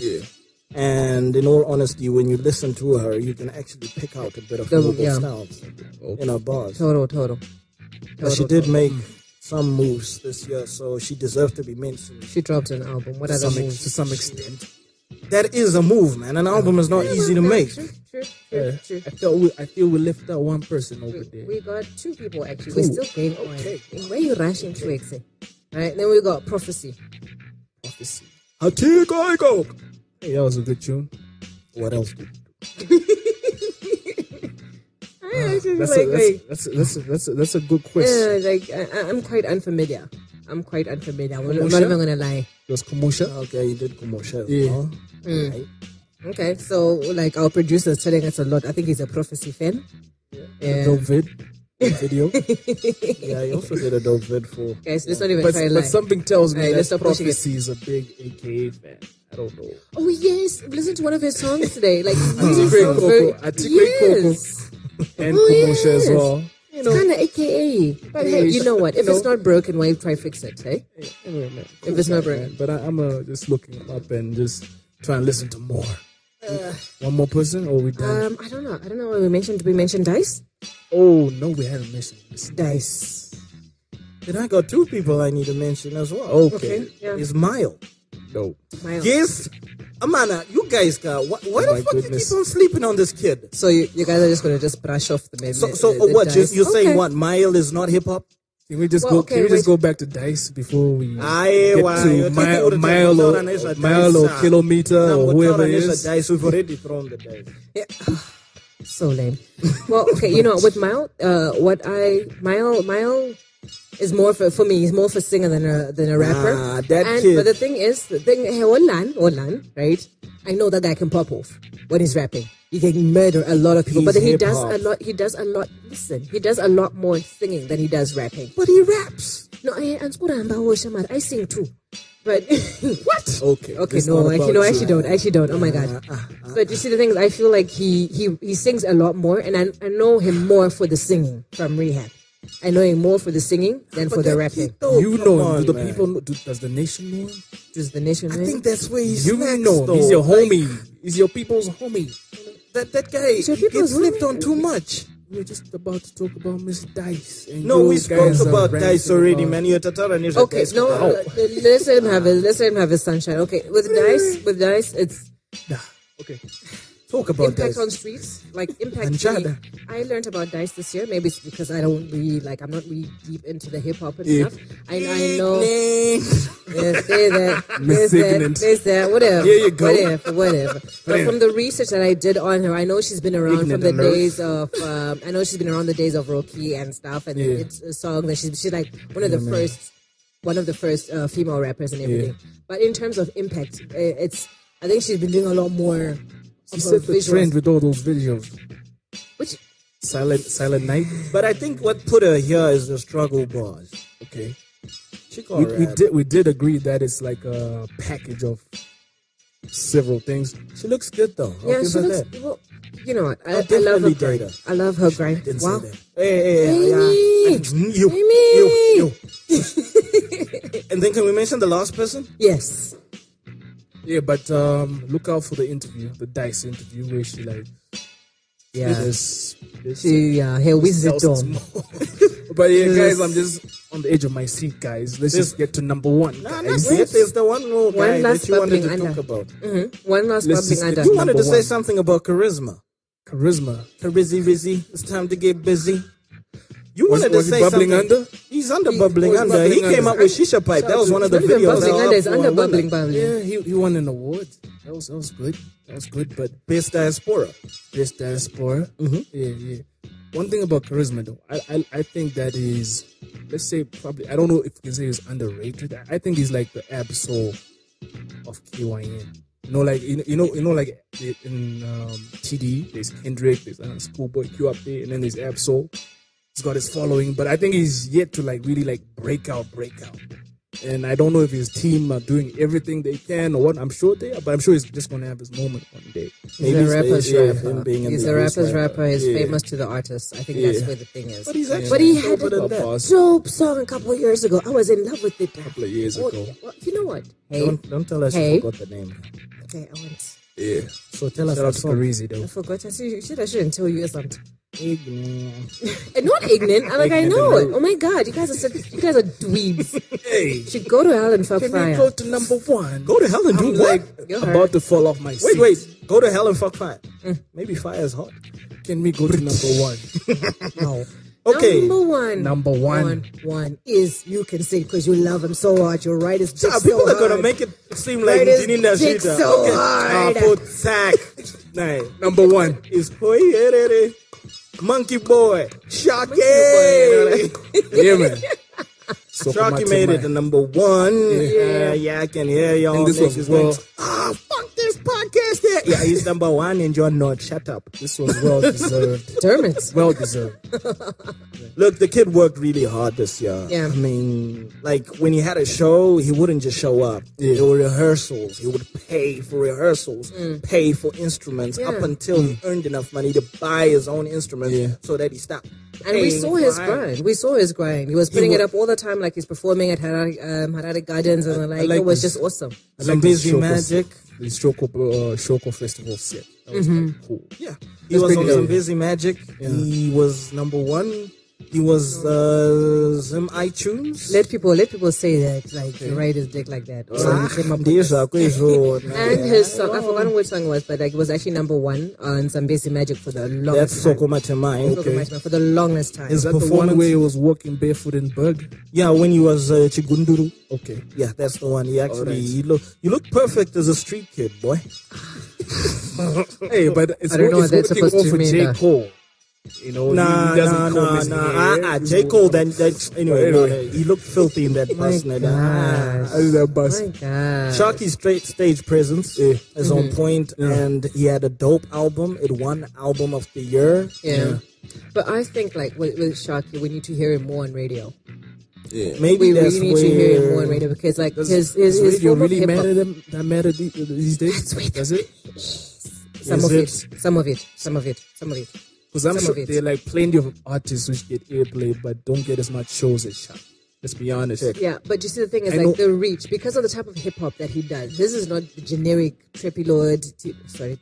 Speaker 4: And in all honesty, when you listen to her, you can actually pick out a bit of
Speaker 3: Double-
Speaker 4: Noble
Speaker 3: yeah.
Speaker 4: Styles
Speaker 2: Okay.
Speaker 4: in her bars.
Speaker 3: Total, total.
Speaker 4: But she
Speaker 3: Total,
Speaker 4: did
Speaker 3: total.
Speaker 4: make some moves this year, so she deserved to be mentioned.
Speaker 3: She dropped an album. What
Speaker 2: to
Speaker 3: other
Speaker 2: some,
Speaker 3: moves?
Speaker 2: ex- to some extent.
Speaker 4: That is a move, man. An album is not easy to make.
Speaker 3: True, true,
Speaker 2: Yeah.
Speaker 3: true, true.
Speaker 2: I feel we, I feel we left out one person over
Speaker 3: We,
Speaker 2: there.
Speaker 3: we got two people actually.
Speaker 2: Two.
Speaker 3: We're still going
Speaker 2: Okay.
Speaker 3: on. Where are you rushing to, Exe? Right, then we got Prophecy.
Speaker 2: Prophecy. Hatikoiko. Hey, that was a good tune.
Speaker 4: What else? do-
Speaker 3: I actually
Speaker 2: Ah, That's
Speaker 3: like,
Speaker 2: a,
Speaker 3: like,
Speaker 2: that's, that's, a, that's, a, that's, a, that's a good question.
Speaker 3: yeah, Uh, like I, I- I'm quite unfamiliar. I'm quite unfamiliar. I'm not- I'm
Speaker 2: Promotion?
Speaker 3: not even gonna lie.
Speaker 2: It was Kamusha.
Speaker 4: Okay, you did commercial.
Speaker 2: Yeah. Mm.
Speaker 4: huh? Right.
Speaker 3: Okay, so like our producer is telling us a lot. I think he's a Prophecy fan. Yeah.
Speaker 2: dope vid video.
Speaker 4: Yeah, he also did a dope vid for.
Speaker 3: Guys, let's not even
Speaker 2: but,
Speaker 3: try and
Speaker 2: but
Speaker 3: lie.
Speaker 2: something tells me
Speaker 3: Hey, let's
Speaker 2: that
Speaker 3: stop pushing it.
Speaker 2: prophecy is a big AKA fan. I don't know.
Speaker 3: Oh yes, listen to one of his songs today. Like
Speaker 2: Atiku
Speaker 3: really sounds
Speaker 2: Coco,
Speaker 3: very-
Speaker 2: Atiku
Speaker 3: yes,
Speaker 2: And
Speaker 3: Oh,
Speaker 2: Kamusha as
Speaker 3: yes.
Speaker 2: well.
Speaker 3: it's kind of AKA. But hey,
Speaker 2: Anyways,
Speaker 3: you know what? If
Speaker 2: no.
Speaker 3: it's not broken, why try fix it? Hey,
Speaker 2: Anyway, man,
Speaker 3: If it's not
Speaker 2: guy,
Speaker 3: broken.
Speaker 2: man. But I, I'm uh, just looking him up and just trying to listen to more. One more person, or we done?
Speaker 3: Uh. um, I don't know. I don't know. What we mentioned. Did we mention Dice?
Speaker 2: oh no, we haven't mentioned this.
Speaker 3: Dice.
Speaker 4: Then I got two people I need to mention as well.
Speaker 2: Okay,
Speaker 3: Okay, yeah.
Speaker 4: Is Mile.
Speaker 2: no.
Speaker 3: Miles.
Speaker 4: Yes, Amana, you guys got. Why, why
Speaker 2: Oh My
Speaker 4: the fuck
Speaker 2: goodness.
Speaker 4: you keep on sleeping on this kid?
Speaker 3: So you, you guys are just gonna just brush off the
Speaker 4: So, so uh, what? You, you're saying what? Mile is not hip hop?
Speaker 2: Can we just
Speaker 3: Well,
Speaker 2: go?
Speaker 3: okay,
Speaker 2: can we just
Speaker 3: wait.
Speaker 2: go back to dice before we
Speaker 4: Aye,
Speaker 2: get
Speaker 4: why,
Speaker 2: to
Speaker 4: you're taking
Speaker 2: mile,
Speaker 4: all the time.
Speaker 2: mile, or,
Speaker 4: Jordan is a
Speaker 2: mile or
Speaker 4: dice, uh,
Speaker 2: kilometer
Speaker 4: Nah,
Speaker 2: or
Speaker 4: but
Speaker 2: whoever
Speaker 4: Jordan
Speaker 2: it
Speaker 4: is
Speaker 2: is?
Speaker 4: a dice. We've already thrown the dice.
Speaker 3: So lame. Well, okay, you know with Mile, uh, what I Mile Mile is more for for me. He's more for singer than a than a rapper.
Speaker 4: Ah, that
Speaker 3: and,
Speaker 4: kid.
Speaker 3: But the thing is, the thing hey, Olan Olan, right? I know that guy can pop off when he's rapping. He can murder a lot of people, but
Speaker 4: He's
Speaker 3: then he does
Speaker 4: hip-hop.
Speaker 3: a lot. He does a lot. Listen, he does a lot more singing than he does rapping.
Speaker 4: But he raps.
Speaker 3: No, I, and Skuramba Woshamar, I sing too, but what?
Speaker 4: Okay.
Speaker 3: Okay, no, actually, no, I actually don't, I actually don't. Oh my god!
Speaker 4: Ah,
Speaker 3: But you see, the thing is, I feel like he he he sings a lot more, and I, I know him more for the singing from Rehab. I know him more for the singing than for the rapping.
Speaker 2: You know, him. do the people know, do, does the nation know? Him?
Speaker 3: Does the nation?
Speaker 4: I
Speaker 3: know him?
Speaker 4: think that's where he's.
Speaker 2: You know, him. he's your homie. he's your people's homie.
Speaker 4: That that guy. He
Speaker 3: your
Speaker 4: gets
Speaker 3: people's
Speaker 4: slept
Speaker 3: homie.
Speaker 4: on too much.
Speaker 2: We're just about to talk about Miss Dice. And
Speaker 4: No,
Speaker 2: you
Speaker 4: we
Speaker 2: guys
Speaker 4: spoke
Speaker 2: are
Speaker 4: about
Speaker 2: ranting
Speaker 4: dice already,
Speaker 2: about-
Speaker 4: man. You're Tatara Nisha.
Speaker 3: Okay, no, uh, let's let him have his let's let him have his sunshine. Okay, with dice, with dice, it's
Speaker 2: Nah, okay.
Speaker 4: Talk about
Speaker 3: impact
Speaker 4: dice.
Speaker 3: on streets, like impact.
Speaker 4: And
Speaker 3: to me.
Speaker 4: Jada.
Speaker 3: I learned about dice this year. Maybe it's because I don't really like I'm not really deep into the hip hop and
Speaker 2: Yeah.
Speaker 3: stuff. I, I know.
Speaker 4: Ignorant.
Speaker 3: Yes, there's that. There's that.
Speaker 2: Malignant.
Speaker 3: There's that. Whatever.
Speaker 2: Here you go.
Speaker 3: Whatever. Whatever. But from the research that I did on her, I know she's been around
Speaker 2: Ignorant
Speaker 3: from the
Speaker 2: alert.
Speaker 3: days of. Um, I know she's been around the days of Rocky and stuff, and
Speaker 2: Yeah.
Speaker 3: it's a song that she's she's like one of the first, one of the first uh, female rappers and everything. But in terms of impact, uh, it's. I think she's been doing a lot more.
Speaker 2: You
Speaker 3: of her
Speaker 2: set the
Speaker 3: visuals,
Speaker 2: trend with all those videos.
Speaker 3: Which
Speaker 2: Silent, Silent Night.
Speaker 4: But I think what put her here is the struggle bars.
Speaker 2: Okay.
Speaker 4: She
Speaker 2: we,
Speaker 4: can
Speaker 2: we
Speaker 4: rap.
Speaker 2: did we did agree that it's like a package of several things.
Speaker 4: She looks good though. I'll
Speaker 3: yeah,
Speaker 4: give
Speaker 3: she
Speaker 4: her
Speaker 3: looks.
Speaker 4: that.
Speaker 3: Well, you know what? I,
Speaker 4: I'll
Speaker 3: I love her
Speaker 4: definitely date
Speaker 3: grind.
Speaker 4: her.
Speaker 3: I love her grind.
Speaker 4: Didn't
Speaker 3: Wow.
Speaker 4: say that. Hey, hey, hey,
Speaker 3: Amy!
Speaker 4: yeah. Mm, You,
Speaker 3: Amy!
Speaker 4: you, you. and then can we mention the last person?
Speaker 3: Yes.
Speaker 2: Yeah, but um, look out for the interview, the Dice interview, where she like
Speaker 3: Yeah.
Speaker 2: this. this
Speaker 3: She uh, her wizard
Speaker 2: else is
Speaker 3: dome.
Speaker 2: more. but yeah, guys,
Speaker 3: Yes.
Speaker 2: I'm just on the edge of my seat, guys. Let's just get to number one.
Speaker 4: Nah, not
Speaker 2: guys.
Speaker 4: yet. There's the one more guy
Speaker 3: last
Speaker 4: that you wanted to
Speaker 3: bubbling
Speaker 4: talk
Speaker 3: under.
Speaker 4: about.
Speaker 3: One last
Speaker 2: Let's just
Speaker 3: bubbling
Speaker 2: get
Speaker 3: under.
Speaker 4: You wanted to
Speaker 2: Number
Speaker 4: say
Speaker 2: one.
Speaker 4: something about charisma.
Speaker 2: Charisma.
Speaker 4: Charizzy Rizzy, it's time to get busy. You
Speaker 2: Was-
Speaker 4: wanted to
Speaker 2: was he
Speaker 4: say
Speaker 2: bubbling
Speaker 4: something.
Speaker 2: under?
Speaker 4: He's under
Speaker 2: He-
Speaker 4: bubbling
Speaker 2: was
Speaker 4: under.
Speaker 2: bubbling
Speaker 4: he came
Speaker 2: under.
Speaker 4: up with shisha pipe. That was one of the
Speaker 3: It's not even
Speaker 4: videos.
Speaker 3: bubbling
Speaker 4: I
Speaker 3: under, it's
Speaker 4: uploaded.
Speaker 3: under bubbling bubbling.
Speaker 2: Yeah, he, he won an award. That was that was good. That was good. But
Speaker 4: Best diaspora.
Speaker 2: this diaspora,
Speaker 4: Mhm.
Speaker 2: yeah, yeah. One thing about charisma, though, I, I I think that is, let's say probably I don't know if you can say it's underrated. I- I think he's like the absol of KYN. You know, like you know, you know, you know like i- in um, TD, there's Kendrick, there's uh, Schoolboy Q up there, and then there's Absol. He's got his following, but I think he's yet to like really like break out, break out. And I don't know if his team are doing everything they can or what. I'm sure they are, but I'm sure he's just gonna have his moment one day.
Speaker 3: He's
Speaker 4: Maybe
Speaker 3: a
Speaker 4: it's
Speaker 3: rapper's
Speaker 4: based, yeah, him
Speaker 3: rapper.
Speaker 4: being in
Speaker 3: He's
Speaker 4: the
Speaker 3: a
Speaker 4: Bruce
Speaker 3: rapper's
Speaker 4: rapper.
Speaker 3: rapper. He's
Speaker 4: Yeah.
Speaker 3: famous to the artist. I think that's where the thing is.
Speaker 4: But he's actually
Speaker 3: But he had
Speaker 4: doper than
Speaker 3: a
Speaker 4: that.
Speaker 2: Boss, a
Speaker 3: dope song a couple of years ago. I was in love with it.
Speaker 2: couple of years
Speaker 3: Oh,
Speaker 2: ago.
Speaker 3: yeah. Well, you know what? Hey,
Speaker 4: Don't, don't tell us
Speaker 3: Hey.
Speaker 4: you forgot the name.
Speaker 3: okay, I went.
Speaker 2: Yeah.
Speaker 4: So tell us
Speaker 2: Shout out
Speaker 4: the
Speaker 2: to
Speaker 4: song.
Speaker 2: Parisi
Speaker 3: I
Speaker 2: though.
Speaker 3: forgot. I should, should I shouldn't tell you something.
Speaker 4: Ignorant.
Speaker 3: And not ignorant. I'm like, I
Speaker 4: Ignorant
Speaker 3: know it.
Speaker 4: and
Speaker 3: Oh my god, you guys are such, you guys are dweebs.
Speaker 2: Hey,
Speaker 3: You should go to hell and fuck
Speaker 2: can
Speaker 3: fire.
Speaker 2: we go to number one?
Speaker 4: Go to hell and do
Speaker 2: I'm
Speaker 4: what?
Speaker 2: like
Speaker 3: You're
Speaker 2: about
Speaker 3: hurt.
Speaker 2: to fall off my seat.
Speaker 4: Wait, wait. Go to hell and fuck fire.
Speaker 3: Mm.
Speaker 4: Maybe fire is hot.
Speaker 2: Can we go to number one?
Speaker 3: No.
Speaker 4: Okay.
Speaker 3: Number one.
Speaker 2: Number one.
Speaker 3: One, one is you can sing because you love him so hard. Your right is
Speaker 4: Ah,
Speaker 3: just
Speaker 4: people
Speaker 3: so
Speaker 4: are gonna
Speaker 3: hard.
Speaker 4: make it seem like
Speaker 3: Right, it's
Speaker 4: Dini Nashita.
Speaker 3: dick so
Speaker 4: okay.
Speaker 3: hard.
Speaker 4: Ah, foot sack. Nah,
Speaker 2: number one.
Speaker 4: It's Hoyerere. Monkey boy. Sharky.
Speaker 2: Yeah, man. So
Speaker 4: Sharky made it the number one. Yeah, yeah, I can hear y'all.
Speaker 2: And this
Speaker 4: make
Speaker 2: was
Speaker 4: his
Speaker 2: well-
Speaker 4: links. Ah, fuck this podcast. Here. Yeah, he's number one and you're not. Shut up.
Speaker 2: This was well deserved.
Speaker 3: Dermot.
Speaker 2: Well deserved.
Speaker 4: Look, the kid worked really hard this year.
Speaker 3: Yeah.
Speaker 4: I mean, like when he had a show, he wouldn't just show up. There were rehearsals. He would pay for rehearsals, pay for instruments
Speaker 3: Mm. Yeah. Mm.
Speaker 4: up until he earned enough money to buy his own instruments
Speaker 2: Yeah.
Speaker 4: so that he stopped.
Speaker 3: And we
Speaker 4: paying
Speaker 3: saw
Speaker 4: for
Speaker 3: his
Speaker 4: it.
Speaker 3: grind. We saw his grind. He was putting
Speaker 4: wa-
Speaker 3: it up all the time, like he's performing at Harare, um, Harare Gardens, and like,
Speaker 4: like
Speaker 3: it was
Speaker 4: this.
Speaker 3: just awesome.
Speaker 4: Some
Speaker 2: like
Speaker 4: busy
Speaker 2: Shoko.
Speaker 4: magic.
Speaker 2: The Shoko, uh, Shoko Festival set. That was like, cool.
Speaker 4: Yeah. He was
Speaker 2: pretty
Speaker 4: on some
Speaker 2: dope.
Speaker 4: busy magic. He was number one. He was uh, some iTunes.
Speaker 3: Let people let people say that, like you ride his dick like that. Or
Speaker 4: Ah,
Speaker 3: you came up with
Speaker 4: these
Speaker 3: this.
Speaker 4: are crazy.
Speaker 3: And his song, I forgot which song it was, but like it was actually number one on some basic magic for the
Speaker 4: That's
Speaker 3: longest time.
Speaker 4: Soko eh? Matemai.
Speaker 3: Soko Matima For the longest time.
Speaker 2: Is
Speaker 4: His-
Speaker 2: that the one
Speaker 4: Performance.
Speaker 2: where he was walking barefoot in Berg?
Speaker 4: Yeah, when he was uh, Chigunduru.
Speaker 2: Okay.
Speaker 4: Yeah, that's the one. He actually
Speaker 2: Alright.
Speaker 4: you look you look perfect as a street kid, boy.
Speaker 2: Hey, but it's,
Speaker 3: I don't know
Speaker 2: it's
Speaker 3: what that's
Speaker 2: working
Speaker 3: supposed
Speaker 2: off
Speaker 3: to
Speaker 2: of
Speaker 3: mean,
Speaker 2: J.
Speaker 3: though.
Speaker 2: Cole. You know, he-
Speaker 4: Nah,
Speaker 2: he doesn't
Speaker 4: nah,
Speaker 2: comb
Speaker 4: nah,
Speaker 2: his
Speaker 4: nah.
Speaker 2: hair.
Speaker 4: Ah, ah,
Speaker 2: He's
Speaker 4: J. Cole.
Speaker 2: walking-
Speaker 4: Then that anyway, no,
Speaker 2: Anyway.
Speaker 4: no, he looked filthy in that bus.
Speaker 3: my
Speaker 4: no, no. Ah.
Speaker 2: Ah, that bus.
Speaker 3: my God.
Speaker 4: Sharky's straight stage presence is
Speaker 3: Mm-hmm.
Speaker 4: on point, and he had a dope album. It won album of the year.
Speaker 3: Yeah. But I think like with, with Sharky, we need to hear him more on radio. We
Speaker 4: Maybe that's
Speaker 3: really need
Speaker 4: where
Speaker 3: to hear him more on radio because like his his, his
Speaker 2: Does radio
Speaker 3: form of
Speaker 2: really
Speaker 3: hip-hop-
Speaker 2: matter them, that matter the- these days? Does it?
Speaker 3: some
Speaker 2: Is
Speaker 3: of
Speaker 2: it?
Speaker 3: it? some of it, some of it, some of it.
Speaker 2: Because I'm
Speaker 3: Some
Speaker 2: sure
Speaker 3: of it.
Speaker 2: there are like plenty of artists which get airplay but don't get as much shows as Shaq. Let's be honest.
Speaker 3: Yeah, but you see, the thing is
Speaker 2: I
Speaker 3: like
Speaker 2: know-
Speaker 3: the reach because of the type of hip hop that he does. This is not the generic Trippy Lord. T- sorry,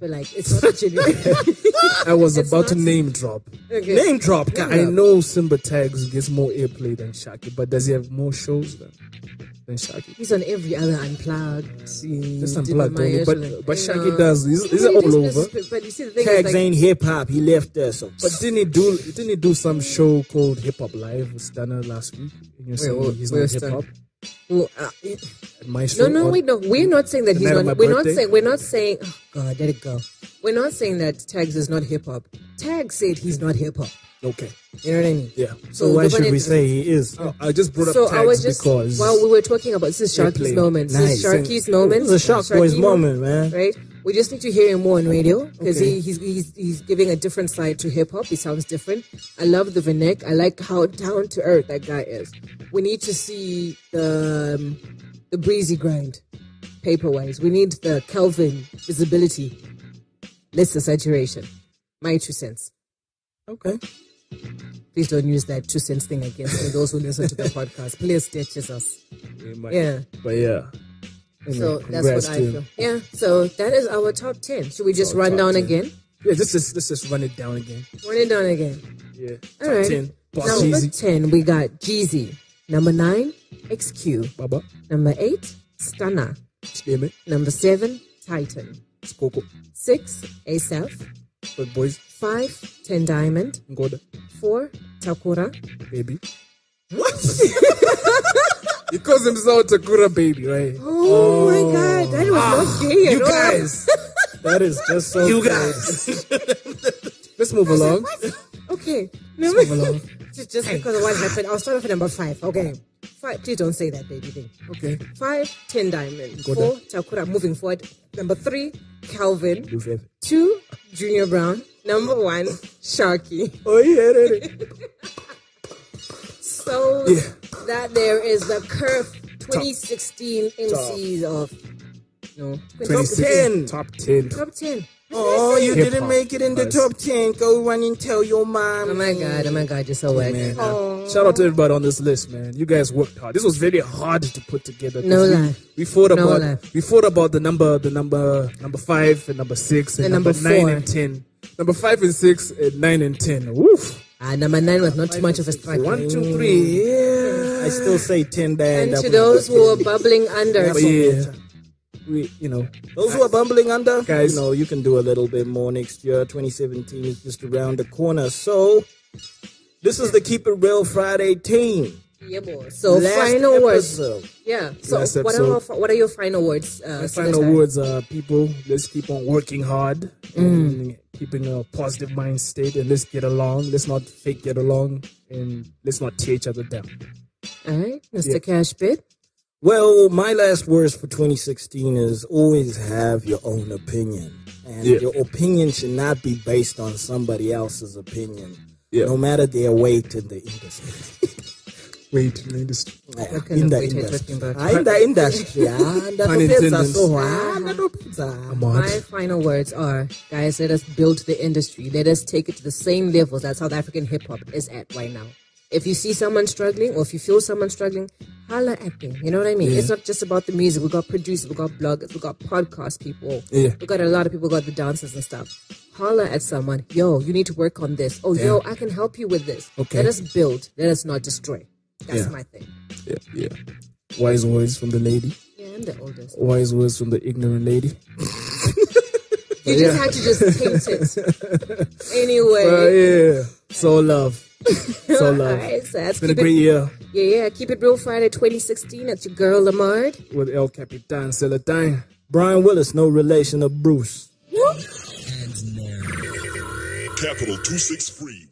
Speaker 3: but like it's not generic.
Speaker 2: I was
Speaker 3: It's
Speaker 2: about to
Speaker 3: not-
Speaker 2: name drop.
Speaker 3: okay.
Speaker 4: Name drop,
Speaker 2: I
Speaker 4: guy.
Speaker 2: know Simba Tags gets more airplay than Shaq, but does he have more shows than than Shaq?
Speaker 3: He's on every other unplugged.
Speaker 2: Just
Speaker 3: Just
Speaker 2: unplugged, only, but but Shaq does. He's, he's all over.
Speaker 3: But you see, the thing
Speaker 4: Tags
Speaker 3: is like.
Speaker 4: ain't hip hop. He left us. So.
Speaker 2: But didn't he do didn't he do some show called Hip Hop Live with Stunner last week? And you're saying
Speaker 3: where-
Speaker 2: he's
Speaker 3: where's
Speaker 2: not hip hop.
Speaker 3: Stunna? well, uh,
Speaker 2: Maestro
Speaker 3: No, no,
Speaker 2: or-
Speaker 3: wait, no. We're not saying that
Speaker 2: The
Speaker 3: he's
Speaker 2: night of
Speaker 3: not.
Speaker 2: my
Speaker 3: We're not
Speaker 2: birthday?
Speaker 3: saying. We're not saying. Oh God, let it go. We're not saying that Tags is not hip hop. Tags said he's not hip hop.
Speaker 2: Okay.
Speaker 3: You know what I mean?
Speaker 2: Yeah. Oh,
Speaker 4: So why
Speaker 3: nobody- Oh.
Speaker 4: should we say he is?
Speaker 2: I- I just brought up
Speaker 3: So
Speaker 2: Tags
Speaker 3: I was just
Speaker 2: because
Speaker 3: while we were talking about this is Sharky's
Speaker 2: Ripley.
Speaker 3: moment. This is
Speaker 4: Nice.
Speaker 3: Sharky's moment.
Speaker 4: This is a Shark
Speaker 3: Sharky
Speaker 4: Boys moment, man.
Speaker 3: Right. We just need to hear him more on radio because
Speaker 2: Okay.
Speaker 3: he, he's, he's he's giving a different side to hip hop. He sounds different. I love the vernac. I like how down to earth that guy is. We need to see the um, the breezy grind, paper wise. We need the Kelvin visibility, lesser saturation. My two cents.
Speaker 4: Okay.
Speaker 3: Please don't use that two cents thing against me. Those who listen to the podcast, please stitches us.
Speaker 2: We might-
Speaker 3: Yeah.
Speaker 2: But yeah. Anyway,
Speaker 3: So that's
Speaker 2: congrats
Speaker 3: what I
Speaker 2: to him.
Speaker 3: feel. Yeah. So that is our top ten. Should we just run down again?
Speaker 2: Yeah, let's just let's just run it down again.
Speaker 3: Run it down again.
Speaker 2: Yeah.
Speaker 3: All right.
Speaker 2: 10, Boss
Speaker 3: Number
Speaker 2: Jeezy.
Speaker 3: ten, we got Jeezy. Number nine, XQ.
Speaker 2: Baba.
Speaker 3: Number eight, Stunner.
Speaker 2: Damn it.
Speaker 3: Number seven, Titan.
Speaker 2: It's Coco.
Speaker 3: Six, ASAP.
Speaker 2: But boys,
Speaker 3: Five, Ten Diamond.
Speaker 2: Ngoda.
Speaker 3: Four, Takura.
Speaker 2: baby.
Speaker 4: What?
Speaker 2: He calls himself Takura baby, right?
Speaker 3: Oh, my god, that was not gay at
Speaker 4: you
Speaker 3: all.
Speaker 4: guys.
Speaker 2: That is just so.
Speaker 4: You
Speaker 2: good.
Speaker 4: guys.
Speaker 2: Let's move along.
Speaker 3: Okay. just, just because of what happened, I'll start off at number five. Okay. Five, please don't say that baby thing.
Speaker 2: Okay.
Speaker 3: Five, ten diamond.
Speaker 2: Go
Speaker 3: Four, Takura moving forward. Number three, Calvin.
Speaker 2: Move it.
Speaker 3: Two, Junior Brown. Number one, Sharky.
Speaker 2: Oh yeah, that is-
Speaker 3: So
Speaker 2: Yeah.
Speaker 3: that there is the curve 2016 MCs of no
Speaker 2: 26.
Speaker 4: 10.
Speaker 2: Top ten.
Speaker 3: Top ten.
Speaker 4: Oh, you
Speaker 2: Hip-hop
Speaker 4: didn't make it in the
Speaker 2: us.
Speaker 4: top 10. Go run and tell your mom.
Speaker 3: Oh my god, oh my god, you're so wack.
Speaker 4: Man,
Speaker 2: Shout out to everybody on this list, man. You guys worked hard. This was very hard to put together. 'cause
Speaker 3: No
Speaker 2: we,
Speaker 3: lie.
Speaker 2: We thought
Speaker 3: No
Speaker 2: about
Speaker 3: lie.
Speaker 2: we thought about the number the number number five and number six and,
Speaker 3: And
Speaker 2: number,
Speaker 3: number
Speaker 2: nine
Speaker 3: four.
Speaker 2: and ten. Number five and six and nine and ten. Woof.
Speaker 3: Ah, number nine was not too much of a strike.
Speaker 2: One, two, three. Yeah.
Speaker 4: I still say 10 there.
Speaker 3: And to those who were bubbling under,
Speaker 2: But yeah. We you know
Speaker 4: Those who are bumbling under,
Speaker 2: Guys.
Speaker 4: you know, you can do a little bit more next year. 2017 is just around the corner. So, this is the Keep It Real Friday team.
Speaker 3: yeah, boy. So
Speaker 4: Last
Speaker 3: final words.
Speaker 4: episode.
Speaker 3: Yeah. So
Speaker 2: Last
Speaker 3: what are
Speaker 2: episode.
Speaker 3: our, fi- what are your final words? Uh,
Speaker 2: My
Speaker 3: to the
Speaker 2: final
Speaker 3: time?
Speaker 2: words are people, let's keep on working hard
Speaker 3: Mm.
Speaker 2: and keeping a positive mind state and let's get along. Let's not fake get along and let's not tear each other down.
Speaker 3: All right, Mr. Cash Bid.
Speaker 4: Well, my last words for 2016 is always have your own opinion. And
Speaker 2: Yeah.
Speaker 4: your opinion should not be based on somebody else's opinion,
Speaker 2: Yeah.
Speaker 4: no matter their weight in the industry.
Speaker 2: Wait, man, this
Speaker 4: Yeah,
Speaker 3: kind
Speaker 4: in
Speaker 3: of
Speaker 4: the
Speaker 3: weight are you
Speaker 4: industry.
Speaker 3: talking about?
Speaker 4: Ah, In the industry. ah, that
Speaker 2: Pun
Speaker 4: depends,
Speaker 2: intended.
Speaker 4: so, ah, that depends, ah.
Speaker 3: My final words are, guys, let us build the industry. Let us take it to the same level that South African hip hop is at right now. If you see someone struggling or if you feel someone struggling, holla at them. You know what I mean? It's not just about the music. We got producers, we got bloggers, we got podcast people.
Speaker 2: Yeah.
Speaker 3: We got a lot of people, we got the dancers and stuff. Holla at someone. Yo, you need to work on this. Oh, yo, I can help you with this.
Speaker 2: Okay.
Speaker 3: Let us build. Let us not destroy. That's
Speaker 2: Yeah.
Speaker 3: my thing.
Speaker 2: Yeah, yeah. Wise words from the lady.
Speaker 3: Yeah, I'm the oldest.
Speaker 2: Wise words from the ignorant lady.
Speaker 3: You just had to just paint it. anyway.
Speaker 2: Oh yeah. So love. So love.
Speaker 3: All right, so that's
Speaker 2: It's been a
Speaker 3: keep
Speaker 2: great
Speaker 3: it,
Speaker 2: year
Speaker 3: yeah, yeah, keep it real Friday 2016. That's your girl Lamard.
Speaker 2: with El Capitan Celatine.
Speaker 4: Brian Willis, no relation of Bruce.
Speaker 1: Capital 263